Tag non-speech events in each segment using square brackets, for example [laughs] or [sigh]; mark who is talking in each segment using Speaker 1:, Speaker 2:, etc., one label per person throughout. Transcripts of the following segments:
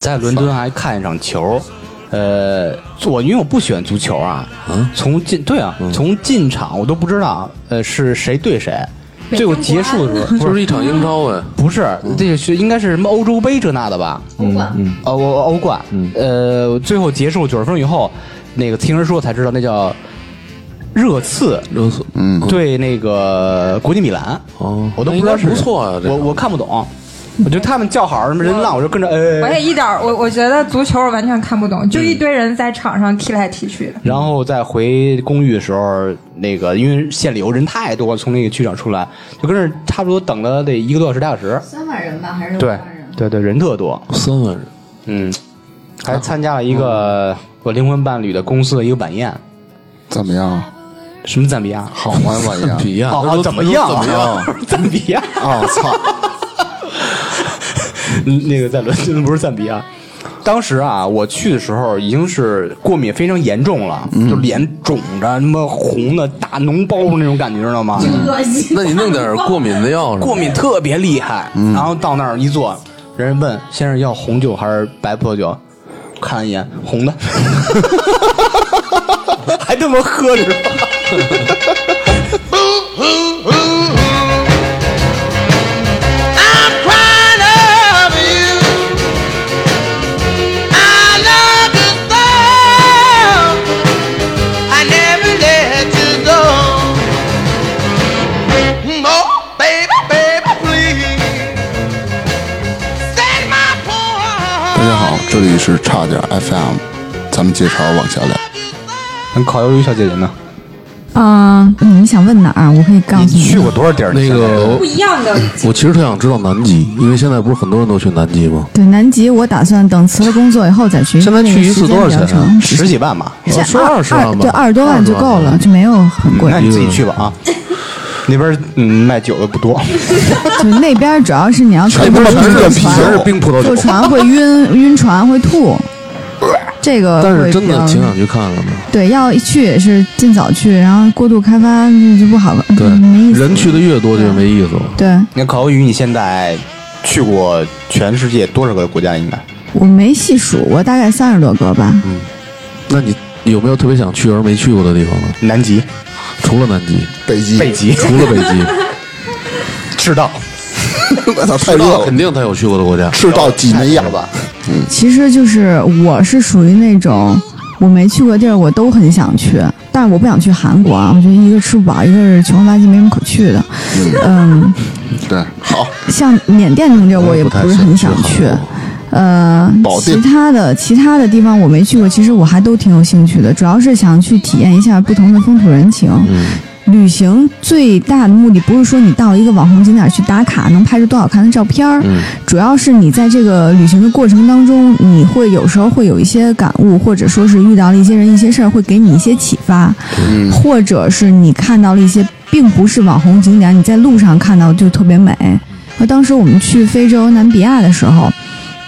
Speaker 1: 在伦敦还看一场球。呃，我因为我不喜欢足球啊，
Speaker 2: 嗯
Speaker 1: 从进对啊，从进场我都不知道呃是谁对谁，
Speaker 3: 北
Speaker 1: 最后
Speaker 3: 京
Speaker 1: 结束的时候不
Speaker 2: 就是是一场英超啊呗。
Speaker 1: 不是，
Speaker 2: 嗯
Speaker 1: 这个是应该是什么欧洲杯这那的吧？
Speaker 3: 欧冠
Speaker 1: 呃，我欧冠，
Speaker 2: 嗯
Speaker 1: 呃，最后结束九十分钟以后，那个听人说才知道那叫热刺
Speaker 2: 热刺，嗯，
Speaker 1: 对那个国际米兰，
Speaker 2: 哦
Speaker 1: 我都不知道是
Speaker 2: 那应该不错啊这
Speaker 1: 我
Speaker 2: 场
Speaker 1: 我看不懂，我觉得他们叫好什么人浪，我就跟着
Speaker 4: 我也
Speaker 1: 哎，
Speaker 4: 一点儿，我我觉得足球我完全看不懂，就一堆人在场上踢来踢去的。
Speaker 1: 然后再回公寓的时候，那个因为县里头人太多了，从那个区长出来就跟着差不多等了得一个多小时俩小时，
Speaker 3: 三万人吧，还是五
Speaker 1: 对
Speaker 3: 万人？
Speaker 1: 对对，人特多，
Speaker 2: 三万人，
Speaker 1: 嗯，还参加了一个我灵魂伴侣的公司的一个晚宴，
Speaker 5: 怎么样？
Speaker 1: 什么赞比亚？
Speaker 5: 好吗？晚宴？
Speaker 2: 比亚
Speaker 1: 哦哦，怎么样？哦
Speaker 2: 怎么样？？
Speaker 1: [laughs] 赞比亚，
Speaker 5: 啊！
Speaker 1: [laughs]
Speaker 5: 操！
Speaker 1: 嗯那个在伦敦不是赞比啊亚。当时啊，我去的时候已经是过敏非常严重了，就脸肿着，他妈红的大脓包那种感觉，知道吗？
Speaker 3: 恶心。
Speaker 2: [laughs] 那你弄点过敏的药是吧？
Speaker 1: 过敏特别厉害。然后到那儿一坐，人家问先生要红酒还是白葡萄酒，看了一眼红的， [laughs] 还他妈喝 [laughs] 着。
Speaker 6: I'm proud of you. I love you so. I never let you go. Oh, baby, baby, please. Set my poor
Speaker 5: 大家 [laughs] 好
Speaker 6: heart.
Speaker 5: 这里是差点 FM，咱们接着往下聊。
Speaker 1: 烤鱿鱼小姐姐呢？
Speaker 3: 嗯，你想问哪儿？我可以告诉你。
Speaker 1: 过多少地儿？
Speaker 2: 那
Speaker 4: [laughs]
Speaker 2: 个
Speaker 4: 不，一样的，
Speaker 2: 我其实特想知道南极，因为现在不是很多人都去南极吗？
Speaker 3: 对，南极我打算等辞了工作以后再去。
Speaker 2: 现在
Speaker 3: 因为
Speaker 2: 去
Speaker 3: 那
Speaker 2: 一
Speaker 3: 个
Speaker 2: 次
Speaker 3: 时间
Speaker 2: 多少
Speaker 3: 比较
Speaker 2: 钱啊
Speaker 3: 长
Speaker 1: 十几万吧，
Speaker 3: 现
Speaker 2: 说
Speaker 3: 二
Speaker 2: 二十万吧
Speaker 3: 对，二十多万就够了，就没有很贵
Speaker 1: 那。你自己去吧啊。那边嗯卖酒的不多，
Speaker 3: 就那边主哎要是你要坐
Speaker 5: 全他妈
Speaker 3: 坐
Speaker 5: 冰镇啤酒
Speaker 3: 船，
Speaker 2: 全是冰葡萄酒，
Speaker 3: 坐船会晕，晕船会吐。这个
Speaker 2: 但是
Speaker 3: 会
Speaker 2: 真
Speaker 3: 比
Speaker 2: 的
Speaker 3: 较
Speaker 2: 挺想去看看的。
Speaker 3: 对，要去也是尽早去，然后过度开发就就不好了，
Speaker 2: 对
Speaker 3: 没意，思。
Speaker 2: 人去的越多就越没意思了。
Speaker 3: 对，
Speaker 1: 那烤鱿鱼你现在去过全世界多少个国家？应该
Speaker 3: 我没细数，我大概三十多个吧。
Speaker 2: 那你有没有特别想去而没去过的地方呢？
Speaker 1: 南极、
Speaker 2: 除了南极，
Speaker 5: 北极，
Speaker 1: 北
Speaker 2: [laughs]
Speaker 1: 极、
Speaker 2: 除了北极，
Speaker 1: 赤道，
Speaker 5: 我操，
Speaker 2: 赤
Speaker 5: 太热
Speaker 2: 道
Speaker 5: 了
Speaker 2: 肯，定他有去过的国家。
Speaker 5: 赤道几内亚吧？
Speaker 3: 其实就是我是属于那种我没去过的地儿我都很想去，但是我不想去韩国啊，我觉得一个吃不饱，一个是穷了吧唧没什么可去的。嗯，
Speaker 5: 对，好，
Speaker 3: 像缅甸那种地儿我也
Speaker 2: 不太
Speaker 3: 哦不是
Speaker 2: 想
Speaker 3: 很
Speaker 2: 去
Speaker 3: 想
Speaker 2: 韩
Speaker 3: 去嗯
Speaker 2: 国。
Speaker 3: 呃，
Speaker 5: 保
Speaker 3: 其
Speaker 5: 定
Speaker 3: 他的其他的地方我没去过，其实我还都挺有兴趣的，主要是想去体验一下不同的风土人情。旅行最大的目的不是说你到了一个网红景点去打卡能拍出多好看的照片儿，
Speaker 2: 嗯
Speaker 3: 主要是你在这个旅行的过程当中，你会有时候会有一些感悟，或者说是遇到了一些人、一些事儿，会给你一些启发，或者是你看到了一些并不是网红景点，你在路上看到就特别美。那当时我们去非洲南比亚的时候，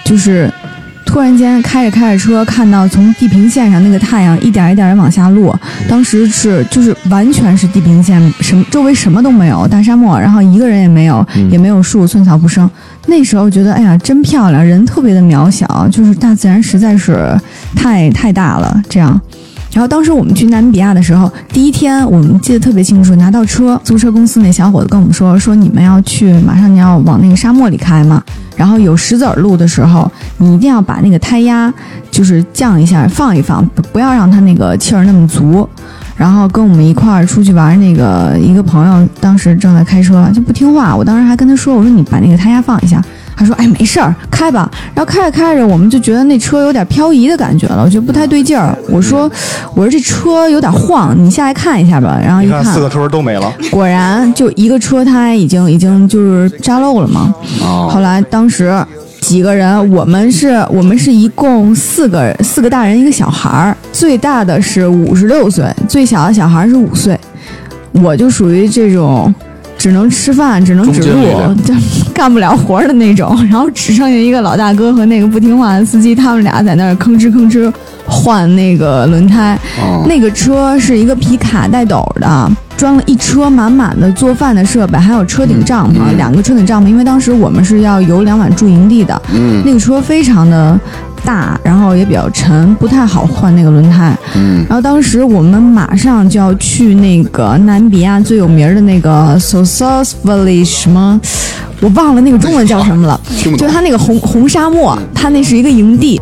Speaker 3: 就是突然间开着开着车，看到从地平线上那个太阳一点一点的往下落，当时是就是完全是地平线，什么周围什么都没有，大沙漠，然后一个人也没有，也没有树，寸草不生。那时候觉得，哎呀，真漂亮，人特别的渺小，就是大自然实在是太太大了，这样。然后当时我们去南比亚的时候，第一天我们记得特别清楚，拿到车，租车公司那小伙子跟我们说，说你们要去，马上你要往那个沙漠里开嘛，然后有石子儿路的时候，你一定要把那个胎压就是降一下，放一放，不不要让它那个气儿那么足。然后跟我们一块儿出去玩儿，那个一个朋友当时正在开车，就不听话。我当时还跟他说：“我说你把那个胎压放一下。”他说：“哎，没事儿，开吧。”然后开着开着，我们就觉得那车有点漂移的感觉了，我觉得不太对劲儿。我说：“我说这车有点晃，你下来看一下吧。”然后一
Speaker 1: 你看四个车都没了。
Speaker 3: [laughs] 果然就一个车胎已经已经就是扎漏了嘛。
Speaker 2: 哦
Speaker 3: 后来当时几个人，我们是我们是一共四个四个大人一个小孩儿，最大的是五十六岁，最小的小孩儿是五岁。我就属于这种只能吃饭、只能指
Speaker 2: 中
Speaker 3: 路
Speaker 2: 间力、
Speaker 3: 就干不了活儿的那种，然后只剩下一个老大哥和那个不听话的司机，他们俩在那儿吭哧吭哧换那个轮胎。
Speaker 5: 嗯
Speaker 3: 那个车是一个皮卡带斗的，装了一车满满的做饭的设备，还有车顶帐
Speaker 5: 嗯嗯
Speaker 3: 篷，两个车顶帐篷。因为当时我们是要游两晚驻营地的，那个车非常的大，然后也比较沉，不太好换那个轮胎。
Speaker 5: 嗯，
Speaker 3: 然后当时我们马上就要去那个南比亚最有名的那个呃 s o s a s Valley 什么，我忘了那个中文叫什么了，
Speaker 5: 听不
Speaker 3: 就
Speaker 5: 懂
Speaker 3: 是它那个红红沙漠，它那是一个营地，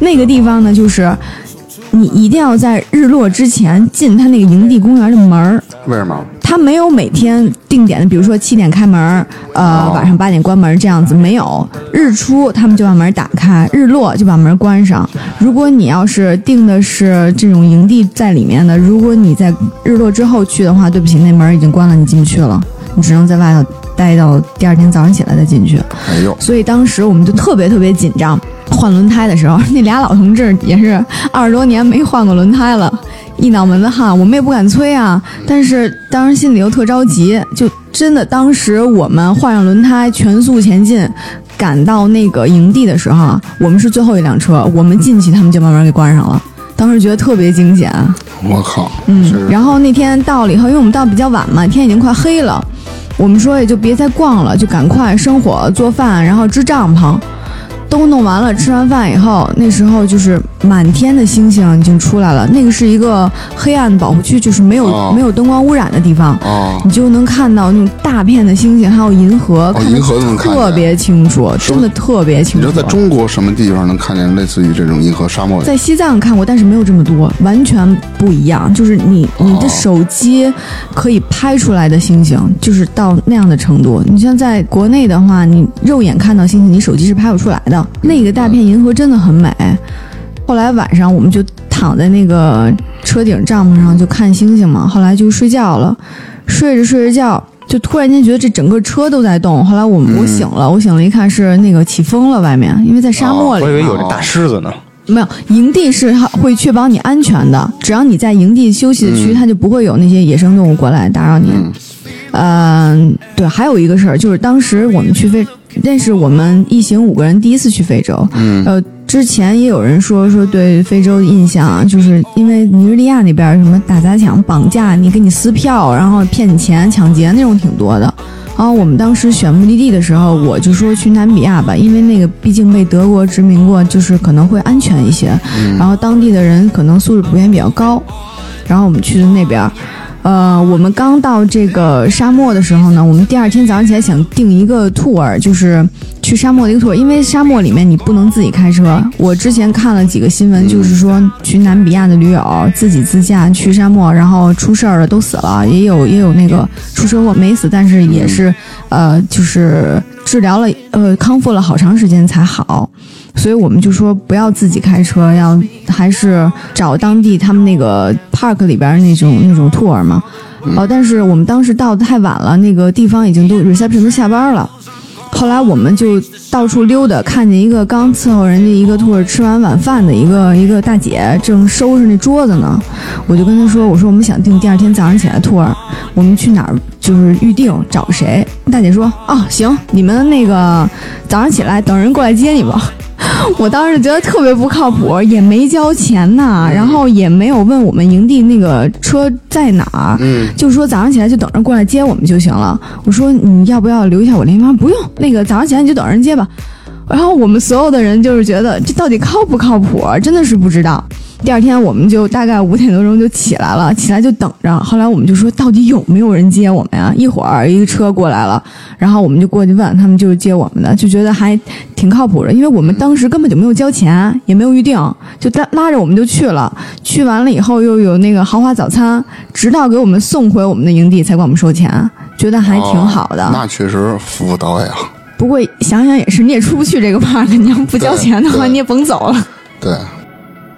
Speaker 3: 那个地方呢就是。你一定要在日落之前进它那个营地公园的门儿，
Speaker 5: 为什么？
Speaker 3: 它没有每天定点的，比如说七点开门儿，呃，晚上八点关门儿这样子，没有。日出他们就把门儿打开，日落就把门儿关上。如果你要是定的是这种营地在里面的，如果你在日落之后去的话，对不起，那门儿已经关了，你进不去了，你只能在外头待到第二天早上起来再进去。
Speaker 5: 哎呦，
Speaker 3: 所以当时我们就特别特别紧张。换轮胎的时候，那俩老同志也是二十多年没换过轮胎了，一脑门子汗，我们也不敢催啊。但是当时心里又特着急，就真的当时我们换上轮胎，全速前进，赶到那个营地的时候啊，我们是最后一辆车，我们进去，他们就把门给关上了。当时觉得特别惊险，啊
Speaker 5: 我靠！
Speaker 3: 嗯，然后那天到了以后，因为我们到比较晚嘛，天已经快黑了，我们说也就别再逛了，就赶快生火做饭，然后支帐篷，都弄完了。吃完饭以后，那时候就是满天的星星已经出来了。那个是一个黑暗的保护区，就是没有、
Speaker 5: 哦
Speaker 3: 没有灯光污染的地方，
Speaker 5: 哦，
Speaker 3: 你就能看到那种大片的星星，还有银河，
Speaker 5: 哦
Speaker 3: 看得
Speaker 5: 银河都能看见
Speaker 3: 特别清楚，真的特别
Speaker 5: 你
Speaker 3: 清
Speaker 5: 知
Speaker 3: 楚。
Speaker 5: 道在中国什么地方能看见类似于这种银河沙漠？
Speaker 3: 在西藏看过，但是没有这么多，完全不一样。就是你
Speaker 1: 哦
Speaker 3: 你的手机可以拍出来的星星，就是到那样的程度。你像在国内的话，你肉眼看到星星，你手机是拍不出来的。那个大片银河真的很美。后来晚上我们就躺在那个车顶帐篷上就看星星嘛，后来就睡觉了。睡着睡着觉，就突然间觉得这整个车都在动。后来我我醒了，我醒了一看是那个起风了，外面因为在沙漠里嘛。
Speaker 1: 哦我以为有这大狮子呢。
Speaker 3: 没有，营地是会确保你安全的，只要你在营地休息的区，它就不会有那些野生动物过来打扰你。嗯、对，还有一个事儿就是，当时我们去非，那是我们一行五个人第一次去非洲。嗯，呃，之前也有人说说对非洲的印象啊，就是因为尼日利亚那边儿什么打砸抢、绑架你，给你撕票，然后骗你钱、抢劫那种挺多的。然啊后我们当时选目的地的时候，我就说去南比亚吧，因为那个毕竟被德国殖民过，就是可能会安全一些。然后当地的人可能素质普遍比较高，然后我们去的那边儿。呃，我们刚到这个沙漠的时候呢，我们第二天早上起来想定一个 tour，就是去沙漠的一个 tour，因为沙漠里面你不能自己开车。我之前看了几个新闻，就是说去南比亚的驴友自己自驾去沙漠，然后出事儿了都死了，也有也有那个出车祸没死，但是也是呃，就是治疗了呃康复了好长时间才好。所以我们就说不要自己开车，要还是找当地他们那个 park 里边儿那种那种 tour 嘛。哦，但是我们当时到的太晚了，那个地方已经都 reception 都下班了。后来我们就到处溜达，看见一个刚伺候人家一个 tour 吃完晚饭的一个一个大姐正收拾那桌子呢，我就跟她说：“我说我们想订第二天早上起来的 tour，我们去哪儿就是预定找谁？”大姐说：“哦，行，你们那个早上起来等人过来接你吧。”我当时觉得特别不靠谱，也没交钱呐、然后也没有问我们营地那个车在哪儿，就说早上起来就等着过来接我们就行了。我说你要不要留一下我联系方？不用，那个早上起来你就等人接吧。然后我们所有的人就是觉得这到底靠不靠谱，啊真的是不知道。第二天我们就大概五点多钟就起来了， [laughs] 起来就等着。后来我们就说，到底有没有人接我们呀？一会儿一个车过来了， [laughs] 然后我们就过去问，他们就是接我们的，就觉得还挺靠谱的，因为我们当时根本就没有交钱，也没有预定，就拉拉着我们就去了。去完了以后又有那个豪华早餐，直到给我们送回我们的营地才管我们收钱，觉得还挺好的。
Speaker 5: 那确实服务到位啊。
Speaker 3: 不过想想也是，你也出不去这个 park，你要不交钱的话，
Speaker 5: 对
Speaker 3: 你也甭走了。
Speaker 5: 对，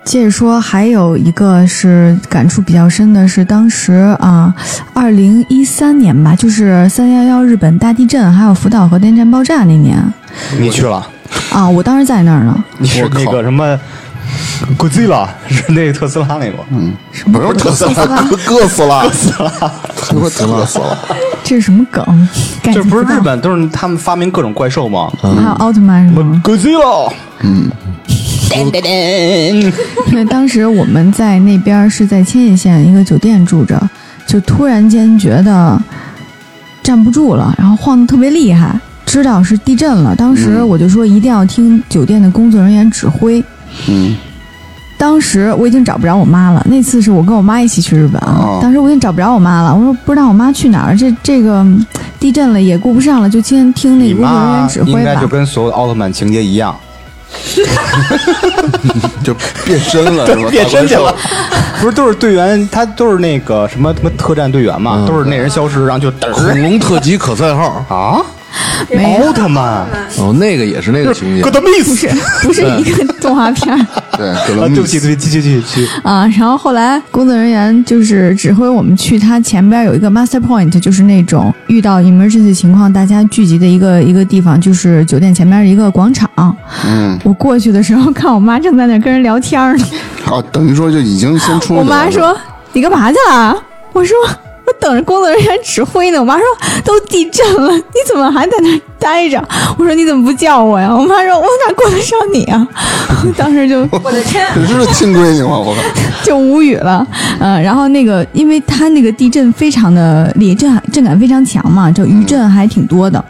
Speaker 3: 接着说，还有一个是感触比较深的是，当时啊，二零一三年吧，就是三幺幺日本大地震，还有福岛核电站爆炸那年
Speaker 1: 你去了？
Speaker 3: 啊，我当时在那儿呢。
Speaker 1: 你是
Speaker 5: 我靠
Speaker 1: 那个什么 Godzilla [laughs] 是那个特斯拉那个？
Speaker 5: 不用特斯拉，硌死了，硌死了，硌死了，
Speaker 3: 这是什么梗？感
Speaker 1: 这
Speaker 3: 情
Speaker 1: 不是
Speaker 3: 到
Speaker 1: 日本都是他们发明各种怪兽吗？
Speaker 3: 还有奥特曼是
Speaker 1: 什
Speaker 3: 吗
Speaker 1: 么？Godzilla，
Speaker 3: 对，当时我们在那边儿是在千叶县一个酒店住着，就突然间觉得站不住了，然后晃得特别厉害。知道是地震了，当
Speaker 1: 嗯
Speaker 3: 时我就说一定要听酒店的工作人员指挥。
Speaker 5: 嗯，
Speaker 3: 当时我已经找不着我妈了，那次是我跟我妈一起去日本啊
Speaker 5: 哦，
Speaker 3: 当时我已经找不着我妈了，我说不知道我妈去哪儿，这这个嗯地震了也顾不上了，就先听那
Speaker 1: 你
Speaker 3: 个工作人
Speaker 1: 妈
Speaker 3: 员指
Speaker 1: 应
Speaker 3: 挥
Speaker 1: 该就
Speaker 3: 吧。
Speaker 1: 跟所有的奥特曼情节一
Speaker 3: [laughs]
Speaker 1: 样，
Speaker 5: 就变身了是吧？
Speaker 1: 变身去了 [laughs]
Speaker 5: 大怪兽，
Speaker 1: 不是都是队员，他都是那个什么什么特战队员嘛，都是那人消失，然后就嗯嘚儿
Speaker 2: 恐龙特级可赛号
Speaker 1: 啊，
Speaker 3: 没
Speaker 1: 奥特曼，
Speaker 2: 哦，那个也是那个情节
Speaker 1: 戈，德密
Speaker 3: 不
Speaker 1: 斯
Speaker 3: 是不是一个动画片儿
Speaker 5: 对，可
Speaker 1: 啊，
Speaker 5: 能
Speaker 1: 对不起，对不起，继续继续继续，
Speaker 3: [laughs] 啊。然后后来工作人员就是指挥我们去他前边有一个 master point，就是那种遇到 emergency 情况大家聚集的一个一个地方，就是酒店前边的一个广场。
Speaker 5: 嗯，
Speaker 3: 我过去的时候看我妈正在那儿跟人聊天儿呢。
Speaker 5: 哦，等于说就已经先出去了。
Speaker 3: 我妈说：“你干嘛去了？”我说：“我等着工作人员指挥呢。”我妈说：“都地震了，你怎么还在那儿待着？”我说：“你怎么不叫我呀？”我妈说：“我哪顾得上你啊！” [laughs] 我当时就
Speaker 4: 我的天，啊
Speaker 5: 你是亲闺女吗？我靠，
Speaker 3: [laughs] 就无语了。嗯、然后那个，因为它那个地震非常的厉，震震感非常强嘛，就余震还挺多的，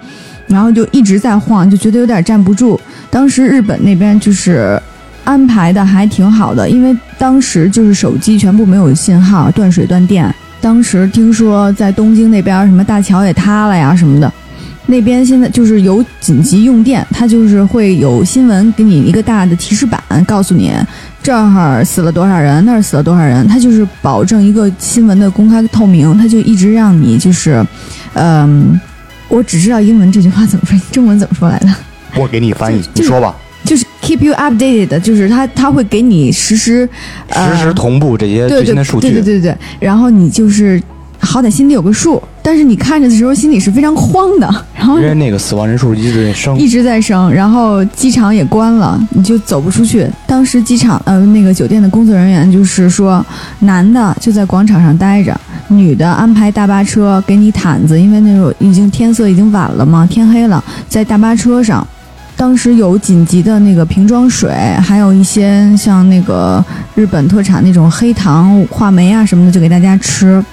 Speaker 3: 然后就一直在晃，就觉得有点站不住。当时日本那边就是。安排的还挺好的，因为当时就是手机全部没有信号，断水断电。当时听说在东京那边什么大桥也塌了呀什么的，那边现在就是有紧急用电，它就是会有新闻给你一个大的提示板，告诉你这儿死了多少人，那儿死了多少人，它就是保证一个新闻的公开透明，它就一直让你就是，嗯，我只知道英文这句话怎么说，中文怎么说来着？
Speaker 1: 我给你翻译，你
Speaker 3: 就
Speaker 1: 说吧，
Speaker 3: 就是 keep you updated，就是它它会给你实时，呃，
Speaker 1: 实时同步这些
Speaker 3: 对
Speaker 1: 最
Speaker 3: 对
Speaker 1: 新的数
Speaker 3: 对对
Speaker 1: 据，
Speaker 3: 对对，然后你就是好歹心里有个数，但是你看着的时候心里是非常慌的，然后
Speaker 1: 因为那个死亡人数一直在升
Speaker 3: 一，直在升，然后机场也关了，你就走不出去。当时机场呃那个酒店的工作人员就是说，男的就在广场上待着，女的安排大巴车给你毯子，因为那时候已经天色已经晚了嘛，天黑了，在大巴车上。当时有紧急的那个瓶装水，还有一些像那个日本特产那种黑糖话梅啊什么的，就给大家吃。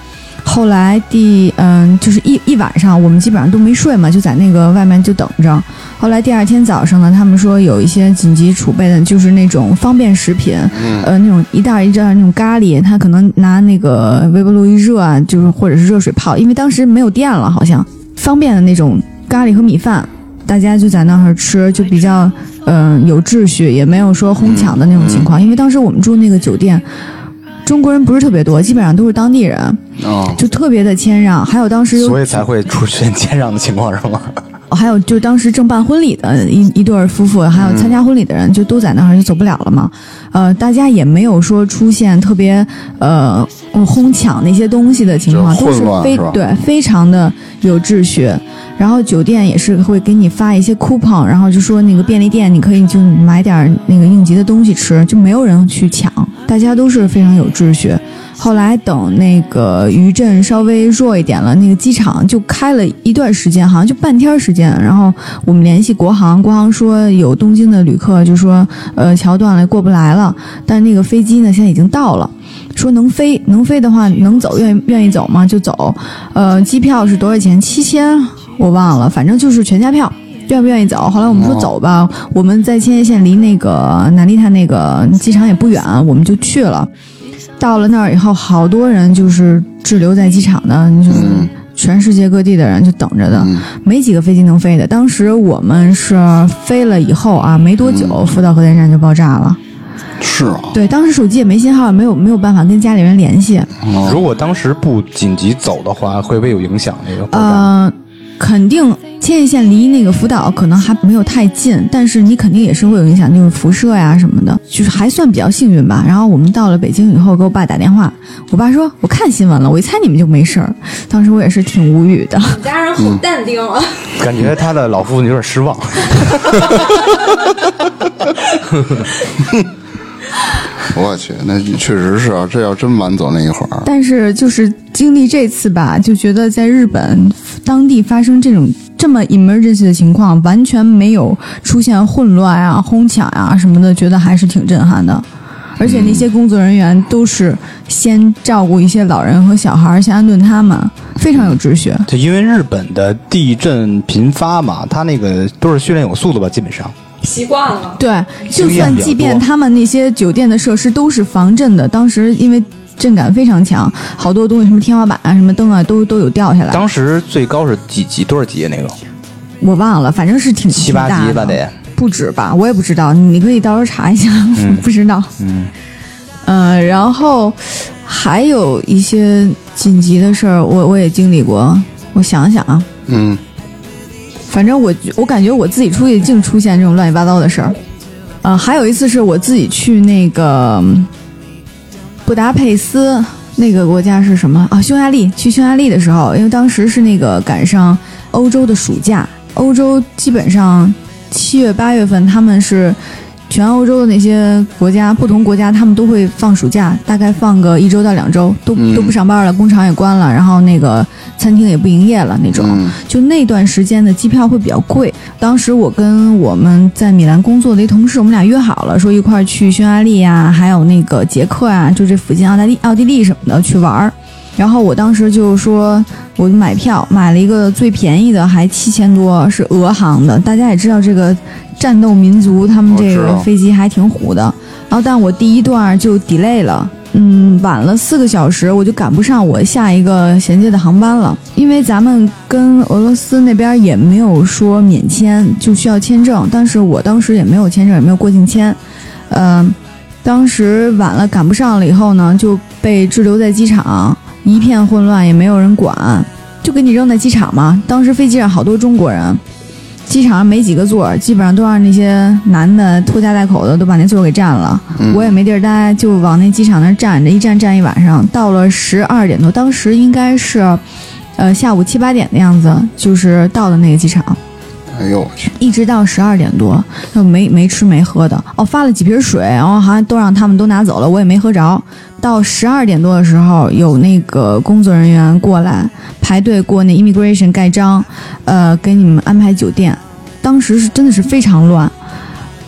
Speaker 3: 后来第嗯，就是一一晚上，我们基本上都没睡嘛，就在那个外面就等着。后来第二天早上呢，他们说有一些紧急储备的，就是那种方便食品，
Speaker 1: 嗯
Speaker 3: 呃，那种一袋儿一袋儿那种咖喱，他可能拿那个微波炉一热啊，就是或者是热水泡，因为当时没有电了，好像方便的那种咖喱和米饭，大家就在那儿吃，就比较嗯、呃有秩序，也没有说哄抢的
Speaker 1: 嗯
Speaker 3: 那种情况，因为当时我们住那个酒店。中国人不是特别多，基本上都是当地人，
Speaker 5: 哦，
Speaker 3: 就特别的谦让。还有当时有
Speaker 1: 所以才会出现谦让的情况是吗？
Speaker 3: 哦还有就是当时正办婚礼的一一对儿夫妇，还有
Speaker 5: 嗯
Speaker 3: 参加婚礼的人，就都在那儿就走不了了嘛。呃，大家也没有说出现特别呃嗯哄抢那些东西的情况，
Speaker 5: 就是混
Speaker 3: 都
Speaker 5: 乱
Speaker 3: 非
Speaker 5: 是吧
Speaker 3: 对非常的有秩序。然后酒店也是会给你发一些 coupon，然后就说那个便利店你可以就买点儿那个应急的东西吃，就没有人去抢，大家都是非常有秩序。后来等那个余震稍微弱一点了，那个机场就开了一段时间，好像就半天儿时间。然后我们联系国航，国航说有东京的旅客就说，呃，桥断了，过不来了。但那个飞机呢，现在已经到了，说能飞，能飞的话能走，愿意愿意走吗？就走。呃，机票是多少钱？七千，我忘了，反正就是全家票。愿不愿意走？后来我们说走吧，我们在千叶县离那个南丽塔那个机场也不远，我们就去了。到了那儿以后，好多人就是滞留在机场的，就是全世界各地的人就等着的，没几个飞机能飞的。当时我们是飞了以后啊，没多久，福岛核电站就爆炸了。
Speaker 5: 是啊，
Speaker 3: 对，当时手机也没信号，没有没有办法跟家里人联系。
Speaker 1: 如果当时不紧急走的话，会不会有影响？那个爆炸
Speaker 3: 呃，肯定千叶县离那个福岛可能还没有太近，但是你肯定也是会有影响，就是辐射呀什么的，就是还算比较幸运吧。然后我们到了北京以后，给我爸打电话，我爸说我看新闻了，我一猜你们就没事儿。当时我也是挺无语的，
Speaker 4: 你家人好淡定啊！
Speaker 1: 感觉他的老父亲有点失望。
Speaker 5: 我去，那确实是啊，这要真晚走那一会儿，
Speaker 3: 但是就是经历这次吧，就觉得在日本当地发生这种这么 emergency 的情况，完全没有出现混乱啊、哄抢啊什么的，觉得还是挺震撼的。而且那些工作人员都是先照顾一些老人和小孩儿，先安顿他们，非常有哲学。
Speaker 1: 就因为日本的地震频发嘛，他那个都是训练有素的吧，基本上。
Speaker 7: 习惯了。
Speaker 3: 对，就
Speaker 1: 经验
Speaker 3: 算
Speaker 1: 比较
Speaker 3: 即便
Speaker 1: 多
Speaker 3: 他们那些酒店的设施都是防震的，当时因为震感非常强，好多东西什么天花板啊、什么灯啊都都有掉下来。
Speaker 1: 当时最高是几级？多少级啊那个？
Speaker 3: 我忘了，反正是挺
Speaker 1: 七八
Speaker 3: 挺大
Speaker 1: 级吧
Speaker 3: 的
Speaker 1: 得。
Speaker 3: 不止吧，我也不知道，你可以到时候查一下，我 [laughs] 不知道。嗯，呃，然后还有一些紧急的事儿，我我也经历过。我想想啊，
Speaker 5: 嗯，
Speaker 3: 反正我我感觉我自己出去净出现这种乱七八糟的事儿。呃，还有一次是我自己去那个嗯布达佩斯那个国家是什么啊？匈牙利。去匈牙利的时候，因为当时是那个赶上欧洲的暑假，欧洲基本上七月八月份他们是。全欧洲的那些国家，不同国家他们都会放暑假，大概放个一周到两周，都、都不上班了，工厂也关了，然后那个餐厅也不营业了那种。就那段时间的机票会比较贵。当时我跟我们在米兰工作的一同事，我们俩约好了，说一块儿去匈牙利呀、还有那个捷克啊，就这附近奥地利、奥地利什么的去玩儿。然后我当时就说，我就买票，买了一个最便宜的，还七千多，是俄航的。大家也知道这个战斗民族，他们这
Speaker 5: 我知
Speaker 3: 个
Speaker 5: 道
Speaker 3: 飞机还挺虎的。然后，但我第一段就 delay 了，嗯，晚了四个小时，我就赶不上我下一个衔接的航班了。因为咱们跟俄罗斯那边也没有说免签，就需要签证，但是我当时也没有签证，也没有过境签，嗯、当时晚了赶不上了以后呢，就被滞留在机场，一片混乱，也没有人管，就给你扔在机场嘛。当时飞机上好多中国人，机场上没几个座儿，基本上都让那些男的拖家带口的都把那座儿给占了。我也没地儿待，就往那机场那儿站着，一站站一晚上，到了十二点多，当时应该是，呃，下午七八点的样子，就是到了那个机场。
Speaker 5: 哎呦我去，
Speaker 3: 一直到十二点多，就没没吃没喝的。哦，发了几瓶水，然后好像都让他们都拿走了，我也没喝着。到十二点多的时候，有那个工作人员过来排队过那 immigration 盖章，呃，给你们安排酒店。当时是真的是非常乱，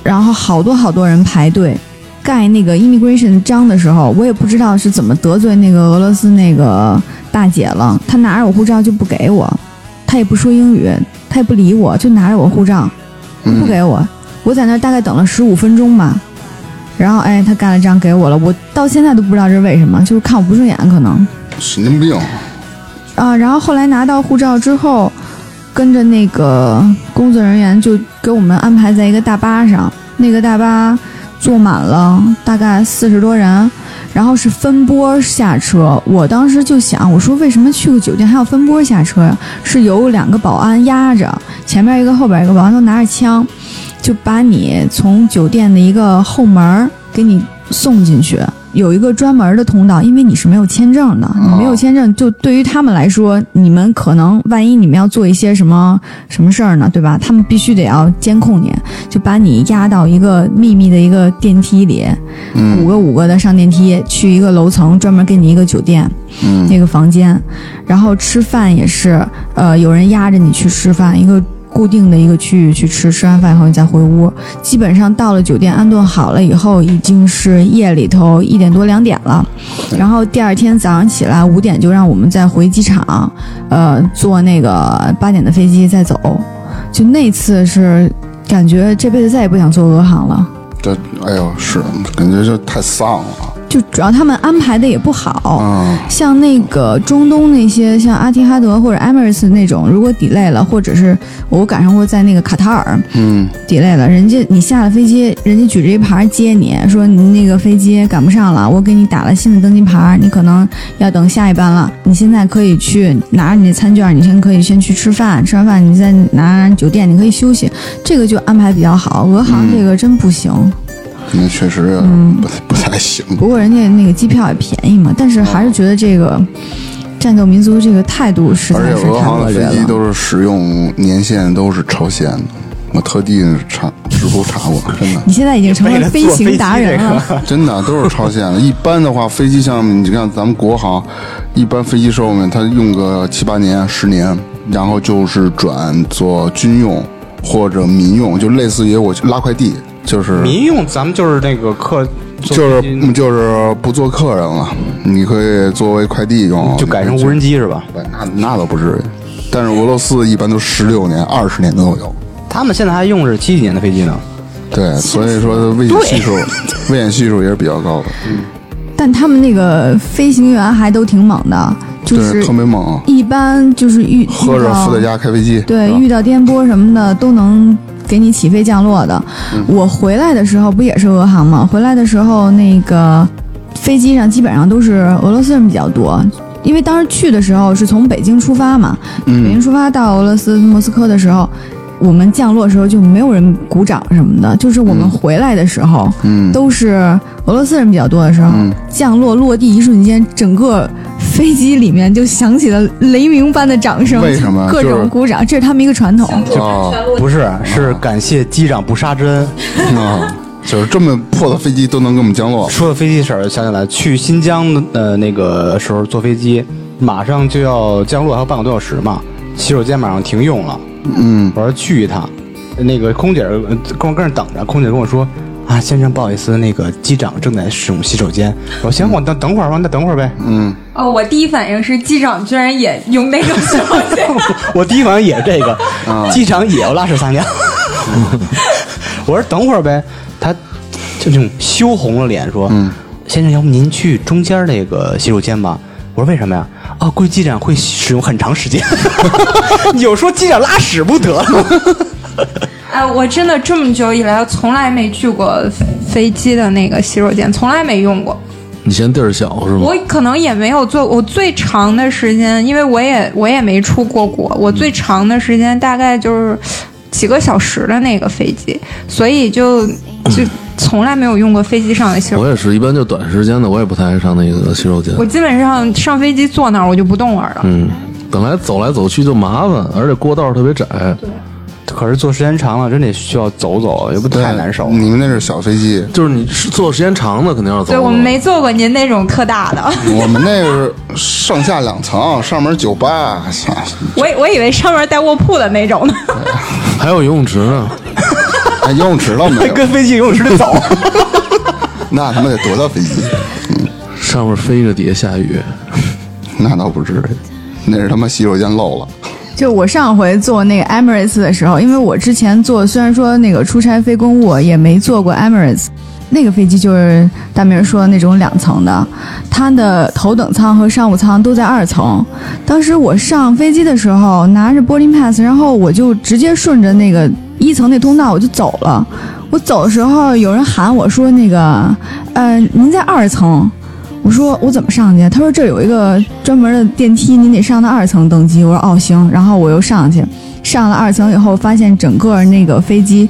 Speaker 3: 然后好多好多人排队。盖那个 immigration 章的时候，我也不知道是怎么得罪那个俄罗斯那个大姐了。她拿着我护照就不给我，她也不说英语，她也不理我，就拿着我护照不给我。我在那儿大概等了十五分钟吧，然后哎，她盖了章给我了。我到现在都不知道这是为什么，就是看我不顺眼可能。
Speaker 5: 神经病，
Speaker 3: 啊，然后后来拿到护照之后，跟着那个工作人员就给我们安排在一个大巴上，那个大巴坐满了大概四十多人，然后是分波下车。我当时就想，我说为什么去个酒店还要分波下车呀？是由两个保安压着，前面一个后边一个保安都拿着枪，就把你从酒店的一个后门儿给你送进去。有一个专门的通道，因为你是没有签证的，你没有签证，就对于他们来说，你们可能万一你们要做一些什么什么事儿呢，对吧？他们必须得要监控你，就把你压到一个秘密的一个电梯里，五个五个的上电梯去一个楼层，专门给你一个酒店，那个房间，然后吃饭也是，呃，有人压着你去吃饭，一个固定的一个区域去吃，吃完饭以后你再回屋。基本上到了酒店安顿好了以后，已经是夜里头一点多两点了。然后第二天早上起来五点就让我们再回机场，呃，坐那个八点的飞机再走。就那次是感觉这辈子再也不想坐俄航了。
Speaker 5: 这哎呦是，感觉就太丧了，
Speaker 3: 就主要他们安排的也不好，
Speaker 5: 嗯
Speaker 3: 像那个中东那些，像阿提哈德或者 Emirates 那种，如果 delay 了，或者是我赶上过在那个卡塔尔
Speaker 5: 嗯
Speaker 3: delay 了，人家你下了飞机，人家举着一牌接你说你那个飞机赶不上了，我给你打了新的登机牌，你可能要等下一班了。你现在可以去拿着你的餐券，你先可以先去吃饭，吃完饭你再拿酒店，你可以休息，这个就安排比较好。俄航这个真不行。
Speaker 5: 那确实有点不太不太行，
Speaker 3: 嗯不过人家那个机票也便宜嘛，但是还是觉得这个战斗民族这个态度实在
Speaker 5: 而且
Speaker 3: 是
Speaker 5: 俄
Speaker 3: 太
Speaker 5: 航
Speaker 3: 恶
Speaker 5: 的
Speaker 3: 劣
Speaker 5: 飞机
Speaker 3: 了。
Speaker 5: 都是使用年限都是朝鲜的，我特地查知乎查过，真的
Speaker 3: 你现在已经成了飞行达人了，
Speaker 5: 真的啊都是朝鲜的。一般的话，飞机上面你看咱们国航，一般飞机寿命它用个七八年、十年，然后就是转做军用或者民用，就类似于我去拉快递，就是
Speaker 1: 民用咱们就是那个客，
Speaker 5: 就是嗯就是不做客人了，你可以作为快递用，
Speaker 1: 就改成无人机是吧？
Speaker 5: 你可以去。那那倒不至于，但是俄罗斯一般都十六年、二十年都有。
Speaker 1: 他们现在还用着七几年的飞机呢，
Speaker 5: 对，所以说危险系数，危险系数也是比较高的，
Speaker 3: 但他们那个飞行员还都挺猛的，就是
Speaker 5: 对，特别猛，
Speaker 3: 一般就是遇
Speaker 5: 喝
Speaker 3: 遇
Speaker 5: 着
Speaker 3: 到
Speaker 5: 伏在家开飞机，
Speaker 3: 对
Speaker 5: 是吧
Speaker 3: 遇到颠簸什么的都能给你起飞降落的。
Speaker 5: 嗯
Speaker 3: 我回来的时候不也是俄航吗？回来的时候那个飞机上基本上都是俄罗斯人比较多。因为当时去的时候是从北京出发嘛，
Speaker 5: 嗯
Speaker 3: 北京出发到俄罗斯莫斯科的时候，我们降落的时候就没有人鼓掌什么的，就是我们回来的时候，
Speaker 5: 嗯，
Speaker 3: 都是俄罗斯人比较多的时候，
Speaker 5: 嗯
Speaker 3: 降落落地一瞬间，整个飞机里面就响起了雷鸣般的掌声，
Speaker 5: 为什么
Speaker 3: 各
Speaker 5: 就是
Speaker 3: 种鼓掌，这是他们一个传统。
Speaker 5: 啊
Speaker 1: 不是，是感谢机长不杀针。
Speaker 5: 啊，就是这么破的飞机都能给我们降落，
Speaker 1: 说到飞机事儿，想起来去新疆的呃那个时候坐飞机，马上就要降落，还有半个多小时嘛，洗手间马上停用了，
Speaker 5: 嗯，
Speaker 1: 我说去一趟，那个空姐儿呃跟我跟那儿等着，空姐跟我说。啊，先生，不好意思，那个机长正在使用洗手间。我说行，我等等会儿吧，那等会儿呗。
Speaker 4: 哦，我第一反应是机长居然也用那种手机，
Speaker 1: [laughs] 我第一反应也是这个，机场也要拉屎撒尿。 [laughs] 我说等会儿呗，他就那种羞红了脸说：“先生，要不您去中间那个洗手间吧？”我说：“为什么呀？”啊，估计机长会使用很长时间。 [laughs] 有说机长拉屎不得了吗？
Speaker 4: 哎，我真的这么久以来从来没去过飞机的那个洗手间，从来没用过。
Speaker 2: 你嫌地儿小是吗
Speaker 4: 我？可能也没有做，我最长的时间，因为我也我也没出过国，我最长的时间大概就是几个小时的那个飞机，所以就就从来没有用过飞机上的洗手
Speaker 2: 嗯我
Speaker 4: 间。
Speaker 2: 也是一般就短时间的，我也不太爱上那个洗手间
Speaker 4: 我。基本上上飞机坐那儿我就不动玩了。
Speaker 2: 嗯，本来走来走去就麻烦，而且过道特别窄。
Speaker 1: [laughs] 可是坐时间长了，真得需要走走，要不
Speaker 5: 对
Speaker 1: 太难受了。
Speaker 5: 你们那是小飞机，
Speaker 2: 就是你是坐时间长的肯定要走。
Speaker 4: 对，我们没坐过您那种特大的，
Speaker 2: 嗯
Speaker 5: 我们那是上下两层，上面酒吧， [laughs] 下
Speaker 4: [laughs] 我以我以为上面带卧铺的那种呢。
Speaker 2: 还有游泳池呢。
Speaker 5: 哎游泳池了没
Speaker 1: [laughs]
Speaker 5: 有？
Speaker 1: 跟飞机游泳池里走，
Speaker 5: 那他妈得多大飞机？
Speaker 2: 上面飞着，底下
Speaker 4: [laughs]
Speaker 2: 下雨，
Speaker 5: [laughs] 那倒不至于，那是他妈洗手间漏了。
Speaker 3: 就我上回坐那个 Emirates 的时候，因为我之前坐虽然说那个出差飞公务也没坐过 Emirates，那个飞机就是大明儿说的那种两层的，它的头等舱和商务舱都在二层。当时我上飞机的时候拿着 boarding pass，然后我就直接顺着那个一层那通道我就走了。我走的时候有人喊我说那个，呃，您在二层。我说我怎么上去？他说这有一个专门的电梯，您得上到二层登机。我说哦行，然后我又上去，上了二层以后，发现整个那个飞机